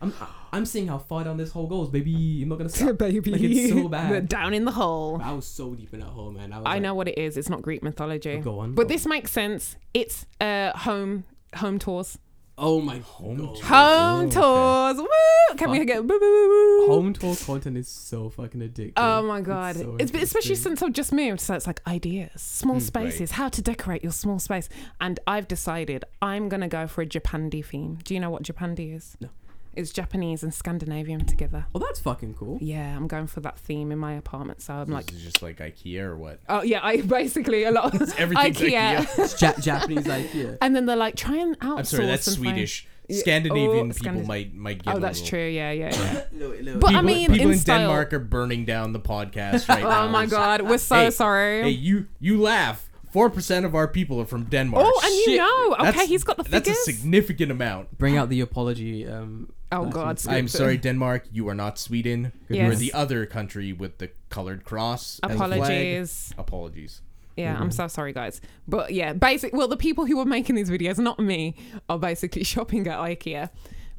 D: I'm I'm seeing how far down this hole goes, baby. I'm not gonna stop.
E: Baby,
D: Like, it's so bad.
E: We're down in the hole.
D: I was so deep in that hole, man. I, was
E: I
D: like,
E: know what it is. It's not Greek mythology.
D: Go on.
E: But
D: go
E: this makes sense. It's uh, home home tours.
D: on. Oh my
C: Home
D: god.
C: tour.
E: Home
C: okay.
E: tours. Woo! Can we
D: Fuck.
E: get boo, boo, boo, boo.
D: Home tour content is so fucking addictive.
E: Oh my god!
D: so
E: It's, especially
D: interesting.
E: since I've just moved, so it's like ideas, small spaces, how to decorate your small space. And I've decided I'm gonna go for a Japandi theme. Do you know what Japandi is?
D: No.
E: It's Japanese and Scandinavian together.
D: Well, Oh, that's fucking cool.
E: Yeah, I'm going for that theme in my apartment. So I'm like,
C: this is just like ikea or what
E: oh yeah, I basically a lot of
C: everything's
E: IKEA.
D: It's ja- Japanese IKEA.
E: And then they're like, try and outsource.
C: i'm sorry that's
E: and find-
C: swedish
E: Yeah,
C: scandinavian
E: oh,
C: people
E: Scandi-
C: might might get
E: Oh,
C: a
E: that's
C: little-
E: true. Yeah, yeah. yeah.
D: But
E: But I
C: people,
E: mean,
C: people
E: in,
C: in,
E: style.
C: denmark are burning down the podcast right now
E: Oh my
C: Just-
E: god, we're so
C: Hey,
E: sorry.
C: Hey, you you laugh. Four percent of our people are from Denmark.
E: oh, and you
C: Shit.
E: know, okay,
C: That's-
E: he's got the
C: That's
E: figures.
C: a significant amount.
D: Bring out the apology. Um,
E: oh
D: that's
E: god,
C: I'm
E: scripted.
C: sorry, Denmark. You are not Sweden. You are
E: Yes.
C: the other country with the colored cross. as a flag. Mm-hmm.
E: Apologies.
C: Apologies.
E: Yeah, I'm so sorry, guys. But yeah, basic. Well, the people who were making these videos, not me, are basically shopping at IKEA.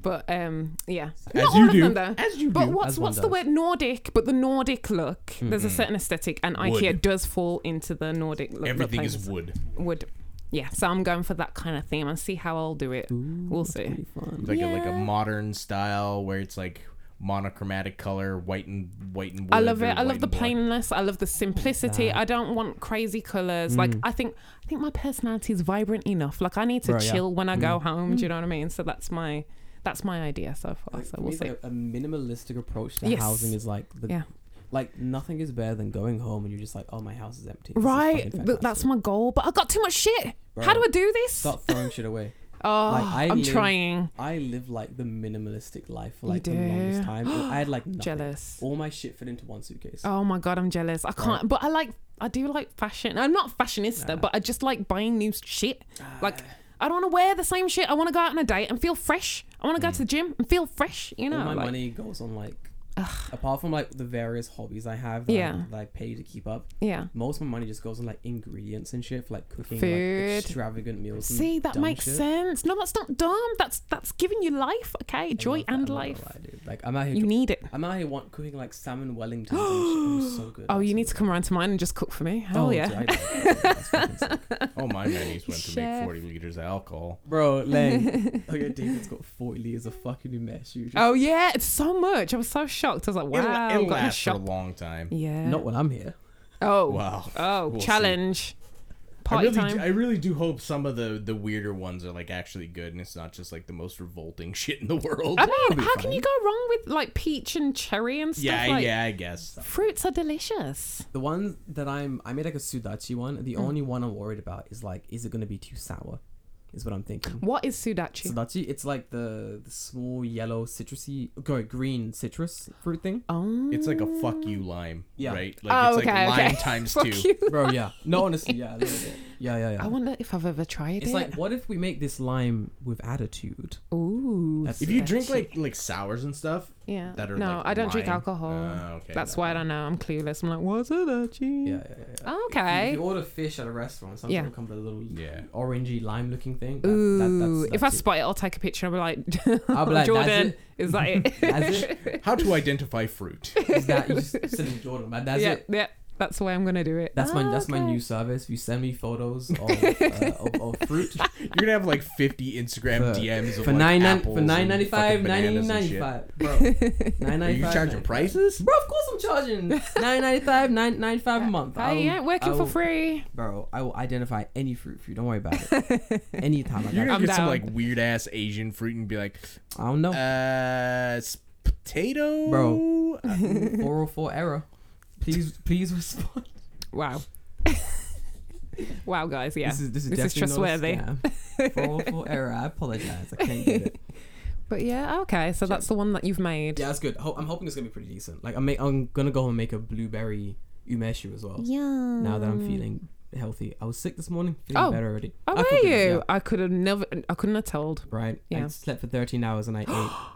E: But um, yeah, not
C: you
E: all
C: do.
E: of them though.
C: As Mm-hmm. you
E: but
C: do.
E: what's
D: As one
E: what's the
D: does.
E: word Nordic? But the Nordic look. There's a certain aesthetic, and IKEA does fall into the Nordic look.
C: Everything
E: look
C: is
E: things.
C: wood.
E: would. Yeah, so I'm going for that kind of theme and see how I'll do it. we'll see.
D: pretty fun.
C: Like a like a
E: Yeah.
C: modern style where it's like monochromatic color, white and white and wood.
E: I love
C: or
E: it. I
C: white
E: love the
C: and black.
E: plainness. I love the simplicity. I don't want crazy colors.
D: Mm.
E: Like I think I think my personality is vibrant enough. Like I need to
D: Bro, yeah. Mm.
E: chill when I go home. Do you know what I mean? So that's my that's my idea so far.
D: Like,
E: So
D: for me,
E: we'll
D: it's
E: see.
D: like a, a minimalistic approach to
E: Yes.
D: housing is like the
E: Yeah.
D: like nothing is better than going home and you're just like, oh, my house is empty. This is
E: Right,
D: fucking
E: th- that's
D: fantastic."
E: my goal. But I got too much shit. How
D: Bro,
E: do I do this?
D: Stop throwing shit away.
E: Oh,
D: Like, I
E: I'm
D: live-
E: trying.
D: I lived like the minimalistic life for
E: You
D: like the longest
E: do?
D: time. I had like nothing.
E: Jealous.
D: All my shit fit into one suitcase.
E: Oh my god, I'm jealous. I can't. But I like. I do like fashion. I'm not a fashionista,
D: Nah.
E: but I just like buying new shit. Like I don't want to wear the same shit. I want to go out on a date and feel fresh. I want to go to the gym and feel fresh. You know,
D: all my
E: like-
D: money goes on like apart from like the various hobbies I have that,
E: Yeah.
D: I, that I pay to keep up.
E: Yeah.
D: Most of my money just goes on like ingredients and shit for like cooking
E: Food.
D: like extravagant meals. and
E: See, that
D: dumb
E: makes
D: shit.
E: sense. No, that's not dumb. That's that's giving you life. Okay,
D: I
E: joy
D: love that.
E: and
D: I love
E: life.
D: that, dude. Like I'm out here.
E: You need it.
D: I'm out here want cooking like salmon Wellingtons. and shit. It was so good.
E: Oh,
D: It was
E: you
D: so
E: need to
D: good.
E: come around to mine and just cook for me. Hell yeah.
D: dude, I love that. That's fucking sick.
C: Oh, my nannies went to make
E: Chef.
C: 40 liters of alcohol.
D: Bro, like, okay, David's got 40 liters of fucking mesh. You just-
E: Oh yeah, it's so much. I was so shocked. I was like,
C: It'll-
E: wow,
C: it'll
E: I'm gonna
C: last for a
E: shop.
C: long time.
E: Yeah.
D: Not when I'm here.
E: oh.
C: Wow.
E: Oh,
C: We'll see.
E: challenge.
C: I
E: Party
C: really,
E: time.
C: do, I really do hope some of the, the weirder ones are like actually good, and it's not just like the most revolting shit in the world.
E: I mean, how can you go wrong with like peach and cherry and stuff?
C: Yeah,
E: like,
C: yeah, I guess.
E: Fruits are delicious.
D: The one that I'm, I made like a sudachi one.
E: Hmm.
D: The only one I'm worried about is like, is it gonna be too sour? Is what I'm thinking.
E: What is sudachi?
D: Sudachi, it's like the, the small yellow citrusy, go green citrus fruit thing.
E: Oh.
C: It's like a fuck you lime,
D: Yeah.
C: right? Like
E: oh,
C: it's
E: okay,
C: like
E: okay.
C: lime times
E: Fuck
C: two.
E: you.
D: Bro, yeah. No, honestly, yeah, a little bit. Yeah, yeah,
E: I
D: yeah.
E: wonder if I've ever tried
D: It's
E: it.
D: like, what if we make this lime with attitude?
E: Ooh.
D: That's-
C: If you drink
E: sudachi.
C: like like sours and stuff,
E: yeah.
C: that are
E: no,
C: like
E: I don't drink
C: lime-
E: alcohol.
D: Uh,
C: Ah, okay,
E: That's
C: no.
E: why I don't know. I'm clueless. I'm like, what's sudachi?
D: Yeah, yeah, yeah. yeah. If
E: Hmm. Okay.
D: you order fish at a restaurant, sometimes
E: Yeah.
D: it'll come with a little
C: Yeah.
D: orangey lime looking thing. That- that-
E: Ooh,
D: that's,
E: if I
D: that's it.
E: spot it, I'll take a picture. and I'll be like,
D: I'll be like, that's
E: Jordan,
D: it.
E: is that it?
D: That's it.
C: How to identify fruit?
D: Is that you just send me Jordan, man? That's
E: yeah,
D: it.
E: yeah, that's the way I'm gonna do it.
D: That's my
E: Ah,
D: that's my
E: okay.
D: new service. You send me photos of, uh, of, of fruit
C: You're gonna have like 50 Instagram
D: For-
C: DMs of
D: for
C: like,
D: nine nine
C: apples
D: for
C: and
D: nine ninety five,
C: fucking
D: nine
C: bananas and
D: ninety
C: shit.
D: five, bro. Nine
C: Are
D: ninety
C: you
D: five.
C: charging prices?
D: Bro, of course I'm charging nine ninety five, nine ninety five a month.
E: I
D: will-
E: ain't Oh, working
D: I
E: for
D: will-
E: free.
D: bro. I will identify any fruit for you. Don't worry about it. Anytime I,
C: You're
D: got,
C: gonna
E: I'm
C: get some
E: down.
C: like weird ass Asian fruit and be like,
D: I don't know.
C: uh, s- potato,
D: Bro. Four
C: Uh,
D: hundred four error. Please, please respond.
E: Wow. wow, guys. Yeah.
D: This is this is
E: This is
D: definitely
E: trustworthy.
D: Four hundred four error. I apologize. I can't get it.
E: but yeah, okay. So that's the one that you've made.
D: Yeah, that's good. Ho- I'm hoping it's gonna be pretty decent. Like I'm, ma- I'm gonna go and make a blueberry umeshu as well.
E: Yum.
D: Now that I'm feeling healthy, I was sick this morning, feeling
E: Oh.
D: better already.
E: Oh,
D: I feel
E: were
D: good,
E: you?
D: yeah.
E: I could have never. I couldn't have told.
D: Right. I
E: Yeah.
D: slept for 13 hours and I ate.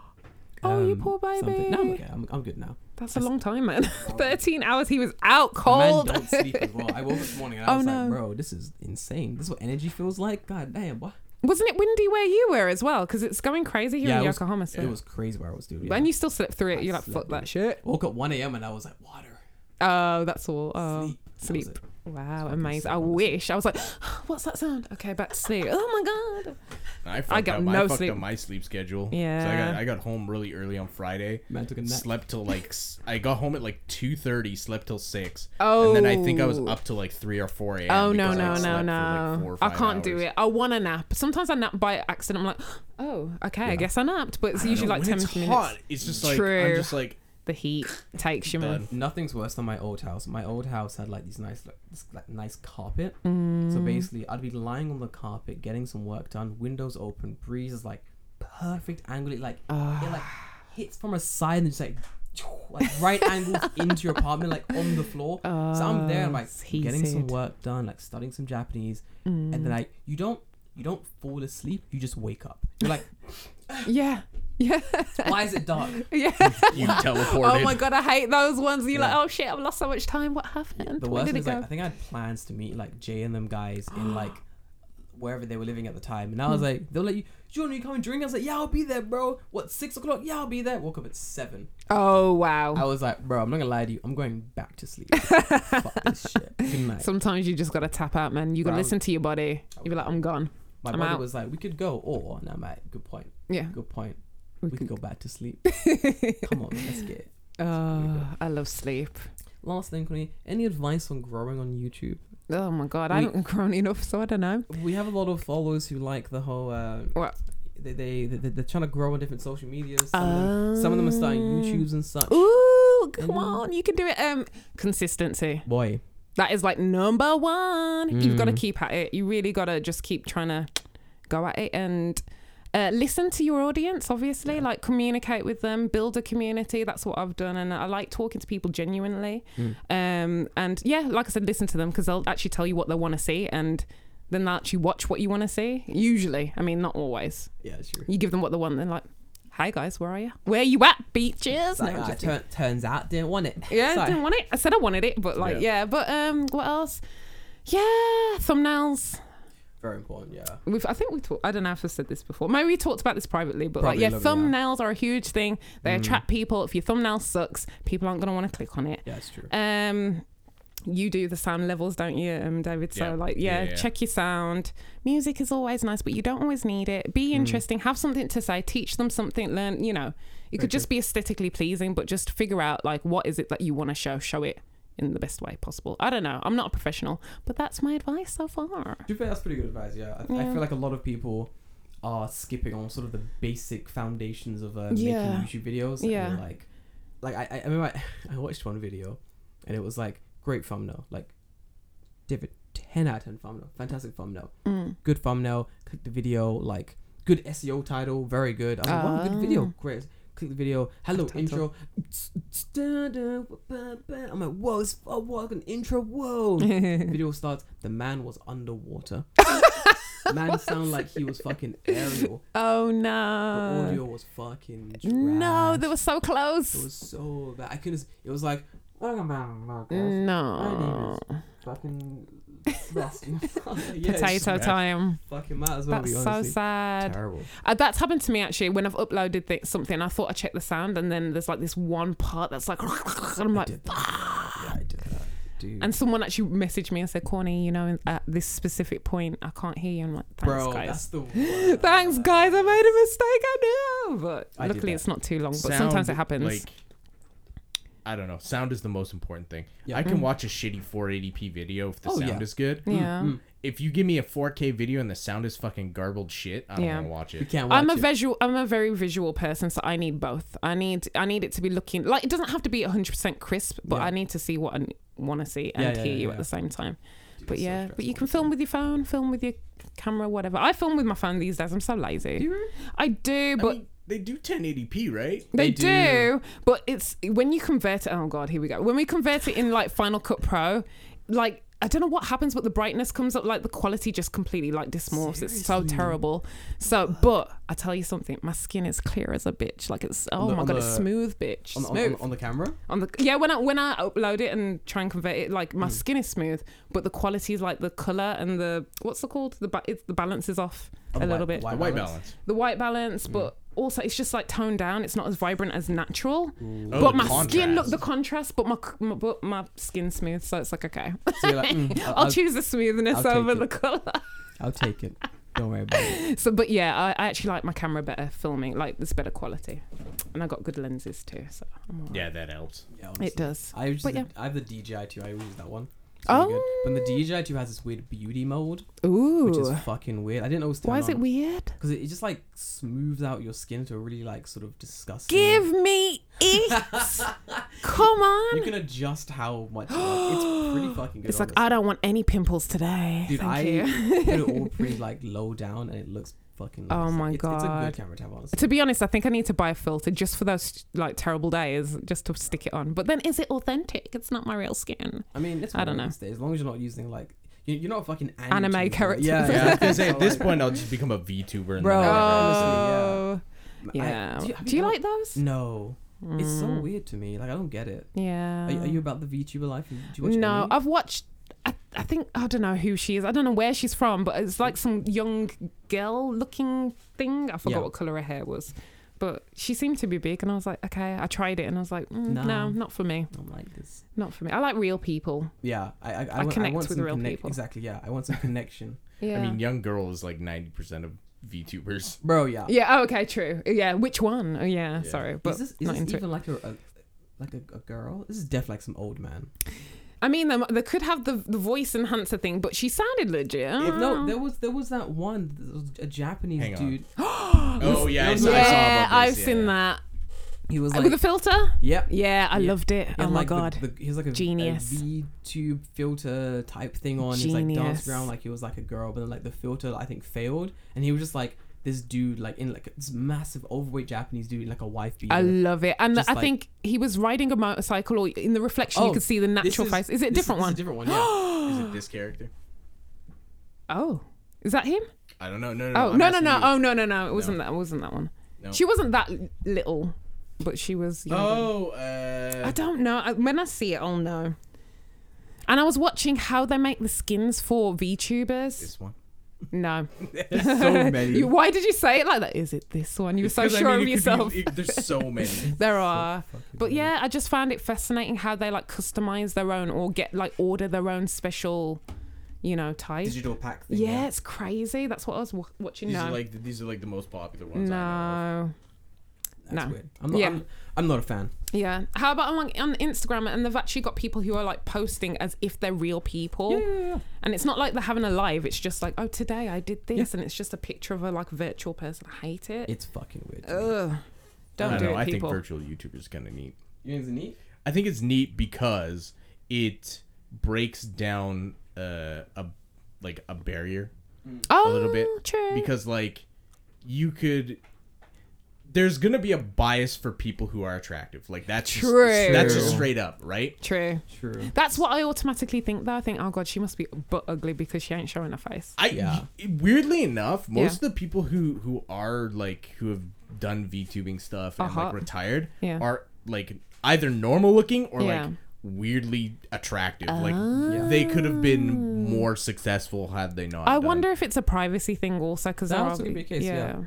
E: Oh, you
D: um,
E: poor baby.
D: No, I'm okay. I'm, I'm good now.
E: That's a long time, man. Thirteen hours. He was out cold.
D: Man, don't sleep as well. I woke up this morning and I
E: Oh,
D: was
E: no.
D: like, bro, this is insane. This is what energy feels like. God damn, what?
E: Wasn't it windy where you were as well? Because it's going crazy here
D: Yeah,
E: in
D: it was-
E: Yokohama. So.
D: It was crazy where I was, dude. Yeah.
E: And you still slipped through it.
D: I
E: You're like,
D: slept
E: fuck that
D: through
E: shit.
D: woke up 1 a.m. and I was like, water,
E: Oh, that's all. Oh,
D: sleep, That was
E: sleep.
D: it.
E: Wow,
D: fucking
E: amazing.
D: sleep,
E: I
D: honestly.
E: wish. I was like, what's that sound? Okay, back to sleep. Oh my God.
C: I, fucked
E: got
C: up.
E: no
C: I fucked
E: sleep.
C: up my sleep schedule. so I
E: Yeah.
C: got I got home really early on Friday.
D: Man took a nap.
C: Slept till like s- I got home at like two thirty. Slept till six.
E: Oh.
C: and then I think I was up till like three or four a.m.
E: Oh no
C: because I
E: no
C: had
E: no
C: slept for, like,
E: no!
C: four or
E: I
C: five
E: can't do
C: hours.
E: it. I want a nap. Sometimes I nap by accident. I'm like, oh, okay, I guess I napped, but it's
C: I don't
E: usually
C: know,
E: like
C: when
E: ten
C: it's
E: minutes.
C: hot, It's just like I'm
E: True.
C: just like
E: The heat takes you, man.
C: done.
D: Nothing's worse than my old house. My old house had like these nice, like, this, like nice carpet.
E: Mm.
D: So basically, I'd be lying on the carpet, getting some work done, windows open, breeze is like perfect angle. It like it like hits from a side and just like like right angles into your apartment, like on the floor. so I'm there, I'm like
E: it's
D: getting some
E: heated. Mm.
D: work done, like studying some Japanese, and then like you don't you don't fall asleep, you just wake up. You're like,
E: Yeah, yeah,
D: why is it dark?
E: yeah.
C: you teleported.
E: oh my god, I hate those ones. You're
D: Yeah.
E: like, oh shit, I've lost so much time. What happened?
D: The
E: Where
D: worst
E: did
D: thing
E: it
D: is
E: go?
D: like I think I had plans to meet like Jay and them guys in like wherever they were living at the time,
E: Hmm.
D: and I was like, they'll let you. Jordan, you come and drink? I was like, yeah, I'll be there, bro. What six o'clock? Yeah, I'll be there. Woke up at seven.
E: oh wow.
D: I was like, bro, I'm not gonna lie to you. I'm going back to sleep. Fuck this shit. Good night.
E: Sometimes you just gotta tap out, man. You gotta
D: Bro, I
E: listen to your body. You be like, I'm gone.
D: My
E: I'm
D: brother
E: out.
D: was like, we could go, or no, mate. Good point.
E: Yeah.
D: Good point. We, could go back to sleep. come on, let's get it.
E: Oh, I love sleep.
D: Last thing, Connie, any advice on growing on YouTube?
E: Oh my god, I
D: We-
E: haven't grown enough, so I don't know.
D: We have a lot of followers who like the whole. Uh,
E: What?
D: They, they, they they're trying to grow on different social medias. Some, of, them, some of them are starting
E: Um,
D: YouTubes and such.
E: Ooh, come
D: Mm.
E: on, you can do it. Um, consistency.
D: Boy,
E: That is like number one. You've got to
D: Mm.
E: keep at it. You really got to just keep trying to go at it and uh, listen to your audience, obviously, like communicate with them, build a community. That's what I've done. And I like talking to people genuinely. Um, and yeah, like I said, listen to them because they'll actually tell you what they want to see. And then they'll actually watch what you want to see. Usually. I mean, not always.
D: Yeah, sure.
E: You give them what they want. They're like, hi, guys, where are you? Where you at, beaches?
D: It's like,
E: No,
D: ah,
E: just-
D: tur- turns out didn't want it.
E: yeah,
D: Sorry.
E: I didn't want it. I said I wanted it, but
C: Yeah.
E: like, yeah. But um, what else? Yeah, thumbnails.
D: Very important. Yeah.
E: We've, I think we talked. I don't know if I've said this before. Maybe we talked about this privately, but
D: Probably
E: like, yeah,
D: lovely, yeah. Mm.
E: thumbnails are a huge thing. They attract people. If your thumbnail sucks, people aren't gonna want to click on it.
D: Yeah, it's true.
E: Um, you do the sound levels, don't you, um, David? So
C: Yeah.
E: like, yeah,
C: Yeah, yeah, yeah.
E: check your sound. Music is always nice, but you don't always need it. Be interesting. Have something to say. Teach them something. Learn. You know, it could just be aesthetically pleasing, but just figure out like what is it that you want to show. Show it in the best way possible. I don't know. I'm not a professional, but that's my advice so far.
D: To be fair, that's pretty good advice. Yeah. I, I
E: Yeah.
D: feel like a lot of people are skipping on sort of the basic foundations of uh,
E: Yeah.
D: making YouTube videos. and
E: Yeah.
D: they're like, like I, I I remember I, I watched one video, and it was like great thumbnail, like David, ten out of ten thumbnail, fantastic thumbnail,
E: Mm.
D: good thumbnail. Click the video, like good SEO title, very good. I mean,
E: Ah.
D: one good video, great. Click the video. Hello,
E: Title.
D: intro. I'm like, whoa, it's oh, what an intro, whoa. video starts. The man was underwater. man sounded like he was fucking aerial.
E: Oh
D: The
E: no.
D: audio was fucking trash.
E: No, they were so
D: It
E: close.
D: was so bad. I couldn't. It was like. Mm.
E: No.
D: Fucking lost. yeah, it's
E: Potato
C: bad.
E: time.
D: Fucking might as well
E: That's
D: be
E: so
D: honestly.
E: sad.
D: Terrible.
E: Uh, that's happened to me actually when I've uploaded th- something. I thought I checked the sound, and then there's like this one part that's like, and I'm like,
D: did that. Yeah, I did that. Dude.
E: and someone actually messaged me and said, "Corny, you know, at this specific point, I can't hear you." I'm like, "Thanks,
D: Bro, that's
E: guys.
D: the worst.
E: Thanks, guys. I made a mistake. I know, but
D: I did
E: luckily
D: that.
E: it's not too long. But
C: Sound,
E: sometimes it happens.
C: Like, I don't know. Sound is the most important thing.
D: Yeah.
C: I
E: Mm.
C: can watch a shitty 480p video if the
D: Oh,
C: sound
D: yeah.
C: is good.
E: yeah,
D: mm,
C: If you give me a 4K video and the sound is fucking garbled shit, I don't
E: Yeah.
C: want to watch
D: You
C: it.
D: can't watch
E: I'm a
D: it.
E: visual. I'm a very visual person, so I need both. I need I need it to be looking like it doesn't have to be 100 percent crisp, but
D: Yeah.
E: I need to see what I want to see and
D: Yeah, yeah,
E: hear
D: yeah,
E: you
D: yeah.
E: at the same time.
D: Dude,
E: But
D: it's so
E: yeah, but you can
D: stressful.
E: film with your phone, film with your camera, whatever. I film with my phone these days. I'm so lazy. I do, but
C: I mean, they do 1080p, right?
D: they
E: they, do.
D: do.
E: But it's when you convert it. Oh god, here we go. When we convert it in like Final Cut Pro, like I don't know what happens, but the brightness comes up. Like the quality just completely like dismorphs. It's so terrible. So, but I tell you something, my skin is clear as a bitch. Like it's oh
D: On the-
E: my
D: on
E: god, it's
D: the-
E: smooth, bitch.
D: On, on,
E: smooth
D: on, on the camera.
E: on the yeah when I when I upload it and try and convert it like
D: Mm.
E: my skin is smooth but the quality is like the color and the what's it called the ba- it's, the balance is off
D: Oh,
E: a
D: the
E: little
D: white-
E: bit
C: The white balance.
E: the white
D: Mm.
E: balance but also it's just like toned down it's not as vibrant as natural
C: Oh,
E: but
C: the
E: my skin look
C: contrast.
E: the contrast but my, c- my but my skin's smooth so it's like okay
D: So you're like, mm, I'll,
E: I'll,
D: I'll,
E: choose the smoothness
D: I'll
E: over
D: take
E: the color
D: I'll take it. Don't worry about it.
E: so but yeah I, I actually like my camera better filming like there's better quality and I got good lenses too so I'm all right.
C: Yeah, that helps.
D: Yeah, honestly.
E: it does
D: I use
E: But
D: the,
E: yeah. Oh.
D: I have the DJI too. I use that one. It's really good. But the DJI too has this weird beauty mode, which is
E: ooh
D: fucking weird. I didn't know it was
E: why is it weird
D: Because it, it just like smooths out your skin to a really like sort of disgusting.
E: Give me it. Come
D: You
E: on.
D: can adjust how much. you want. It's pretty fucking good.
E: It's like
D: honestly.
E: I don't want any pimples today.
D: Dude,
E: Thank
D: I
E: you.
D: put it all pretty like low down, and it looks fucking.
E: Oh
D: nice.
E: my
D: it's, It's a
E: God.
D: good camera to have, honestly.
E: To be honest, I think I need to buy a filter just for those like terrible days, just to stick it on. But then, is it authentic? It's not my real skin.
D: I mean, it's
E: I don't
D: fine,
E: know.
D: honestly, As long as you're not using like you- you're not a fucking
E: Anime
D: YouTuber.
E: characters.
D: Yeah,
C: Yeah, I was
D: yeah.
C: gonna say at this point I'll just become a VTuber. And
D: Bro.
C: then I'll-
E: Oh,
D: Oh,
E: yeah.
D: I-
E: do you,
D: have ever- Mm.
E: like Mm. those?
D: No, it's so weird to me. Like I don't get it.
E: Yeah.
D: Are, you- are you about the VTuber life? Do you watch
E: Mm. no,
D: anime?
E: I've watched. I, I think I don't know who she is. I don't know where she's from, but it's like some young girl-looking thing. I forgot
D: Yeah.
E: what color her hair was, but she seemed to be big, and I was like, okay, I tried it, and I was like, mm, no.
D: No.
E: not for me,
D: I don't like this.
E: not for me. I like real people.
D: Yeah, I I, I, want,
E: connect
D: I want
E: with
D: some
E: real
D: connect-
E: people.
D: Exactly. Yeah, I want some connection,
E: Yeah.
C: I mean, young girl is like 90% of VTubers.
D: bro. Yeah.
E: yeah. Oh, okay. True. Yeah. Which one? Oh, yeah,
C: Yeah.
E: Sorry, but
D: is this, is
E: not
D: this
E: into it.
D: even like a, a like a, a girl? This is definitely like some old man.
E: I mean, they, they could have the the voice enhancer thing, but she sounded legit. Ah.
D: If- no, there was there was that one there was a Japanese
C: Hang on.
D: dude.
C: Oh yeah, I saw, I saw about
E: yeah,
C: this,
E: I've
C: yeah.
E: seen that.
D: He was
E: With
D: like,
E: a filter?
D: yep.
E: Yeah, I
D: Yeah.
E: loved it.
D: He had
E: oh my
D: like the-
E: god.
D: the- he was like a
E: Genius.
D: V tube filter type thing on. He's like
E: Genius.
D: danced around like he was like a girl, but then like the filter I think failed, and he was just like this dude like in like this massive overweight Japanese dude in like a wife beater.
E: I love it. And
D: Just
E: I
D: like-
E: think he was riding a motorcycle or in the reflection you
D: Oh,
E: could see the
D: This
E: natural face. Is it a
D: this
E: different
D: this
E: one?
D: is a different one. Yeah.
C: Is it this character?
E: oh. Is that him?
C: I don't know. No, no,
E: Oh
C: I'm
E: no no
C: asking
E: no.
C: you.
E: Oh no no no. It wasn't that wasn't that one.
C: No.
E: She wasn't that l- little, but she was younger.
C: Oh, uh,
E: I don't know. I, when I see it, I'll know. And I was watching how they make the skins for VTubers.
C: this one.
E: No.
C: so many.
E: You, why did you say it like that? Is it this one? You were so
C: Because, I
E: sure
C: mean,
E: of
C: it could be-
E: yourself.
C: it- there's so many.
E: there are. But yeah, I just found it fascinating how they like customize their own or get like order their own special, you know, type.
D: Digital pack thing.
E: yeah, it's crazy. That's what I was w- watching
C: These
E: now.
B: No.
C: are like the, these are like the most popular ones. I know.
E: no.
D: That's
E: No.
D: weird. I'm not,
E: Yeah.
D: I'm, I'm not a fan.
E: Yeah. How about on, on Instagram? And they've actually got people who are like posting as if they're real people. And it's not like they're having a live. It's just like, oh, today I did this. And it's just a picture of a like virtual person. I hate it.
D: It's fucking weird. to me.
E: Ugh. Don't
C: I
E: do
C: know.
E: it,
C: I think
E: people.
C: virtual YouTubers is kind of neat.
D: You think it's neat?
C: I think it's neat because it breaks down uh, a like a barrier
E: oh,
C: a little bit
E: True.
C: because like you could there's gonna be a bias for people who are attractive like that's just-
E: True.
C: that's just straight up right
E: true.
D: True.
E: That's what I automatically think though. I think, oh god, she must be butt ugly because she ain't showing her face.
C: I
D: Yeah.
C: weirdly enough most
E: Yeah.
C: of the people who who are like who have done VTubing stuff and
E: Uh-huh.
C: like retired
E: Yeah.
C: are like either normal looking or
E: Yeah. Ah.
C: like weirdly attractive like they could have been more successful had they not
E: I
C: done
E: wonder if it's a privacy thing also because
D: That also could be a case, yeah.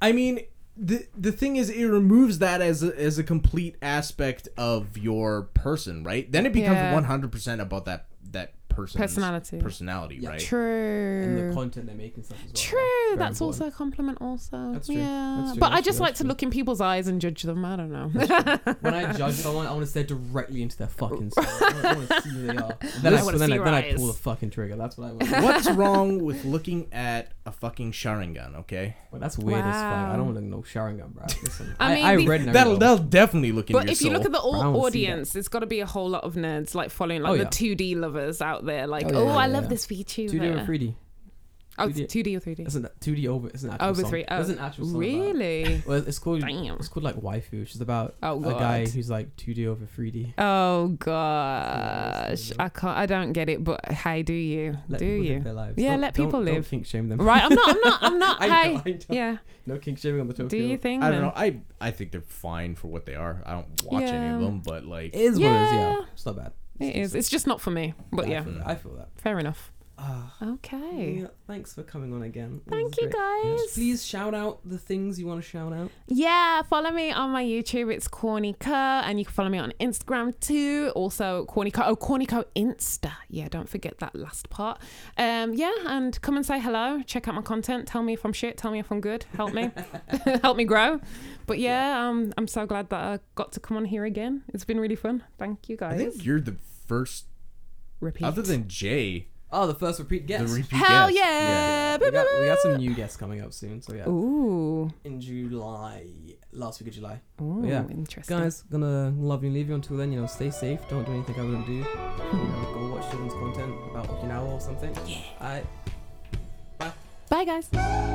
C: I mean, the the thing is, it removes that as a, as a complete aspect of your person, right? Then it becomes
E: Yeah.
C: one hundred percent about that that person's
E: Personality.
C: personality, right?
E: True.
D: And the content they're making stuff as well.
E: True.
D: uh, Very
E: that's
D: important.
E: also a compliment. Also,
D: That's true.
E: yeah.
D: That's true,
E: But I
D: that's
E: just
D: true,
E: like
D: that's
E: to
D: true.
E: look in people's eyes and judge them. I don't know.
D: when I judge someone, I want to stare directly into their fucking soul. I want to see who they are. Then
E: I
D: I,
E: wanna
D: then
E: see
D: I,
E: your
D: then I
E: eyes.
D: pull the fucking trigger. That's what I want.
C: What's wrong with looking at a fucking Sharingan? Okay,
D: Well, that's weird as fuck.
E: Wow.
D: I don't look no Sharingan, bro. Listen,
E: I
D: I,
E: mean,
D: I
E: the-
D: read Naruto.
C: that'll that'll definitely look into
E: but
C: your
E: if
C: soul.
E: you look at the
D: I
E: all
D: wanna see
E: audience, there's got to be a whole lot of nerds like following like
D: Oh,
E: the
D: yeah.
E: 2D lovers out there. Like, oh,
D: Oh, yeah, yeah,
E: I
D: yeah,
E: love
D: yeah.
E: this VTuber.
D: 2D or 3D?
E: Oh,
D: 3D.
E: 2D or 3D.
D: That's an 2D over. It's an actual
E: Over
D: song.
E: three. Oh,
D: That's an actual song. about-
E: really?
D: Well, it's called.
E: Damn.
D: It's called like waifu, which is about
E: Oh,
D: a guy
E: God.
D: who's like 2D over 3D.
E: Oh gosh, I can't. I don't get it. But hey, do you?
D: Let
E: do
D: people live
E: you?
D: Their lives.
E: Yeah,
D: Don't-
E: let
D: don't-
E: people
D: Don't
E: live.
D: kink shame them.
E: Right? I'm not. I'm not. I'm not.
D: I
E: hey.
D: know, I know.
E: Yeah.
D: No kink shaming on the Tokyo.
E: Do you think?
C: I
E: then?
C: don't know. I I think they're fine for what they are. I don't watch any
E: Yeah.
C: of them, but like
D: It is what it is. Yeah,
E: Yeah.
D: it's not bad.
E: It is. It's just not for me. But
D: I
E: yeah,
D: feel that. I feel that.
E: fair enough.
D: Ah.
E: Okay.
D: Yeah, thanks for coming on again. This
E: Thank
D: is
E: you
D: great.
E: guys.
D: Please shout out the things you want to shout out.
E: Yeah, follow me on my YouTube. It's Corny Co, and you can follow me on Instagram too. Also, Corny Co. Oh, Corny Co Insta. Yeah, don't forget that last part. Um, yeah, and come and say hello. Check out my content. Tell me if I'm shit. Tell me if I'm good. Help me. Help me grow. But yeah, um, I'm so glad that I got to come on here again. It's been really fun. Thank you
C: I
E: guys.
C: think you're the first,
E: Repeat.
C: other than Jay,
D: Oh, the first repeat
C: the
D: guest.
C: repeat
E: Hell
C: guest.
E: yeah!
D: we, got, we got some new guests coming up soon. So yeah,
E: Ooh.
D: in July, last week of July.
E: Ooh.
D: Yeah.
E: Interesting.
D: Guys, gonna love you and leave you until then. You know, stay safe. Don't do anything I wouldn't do. You know, go watch children's content about Okinawa or something. Yeah. I.
E: Bye, guys.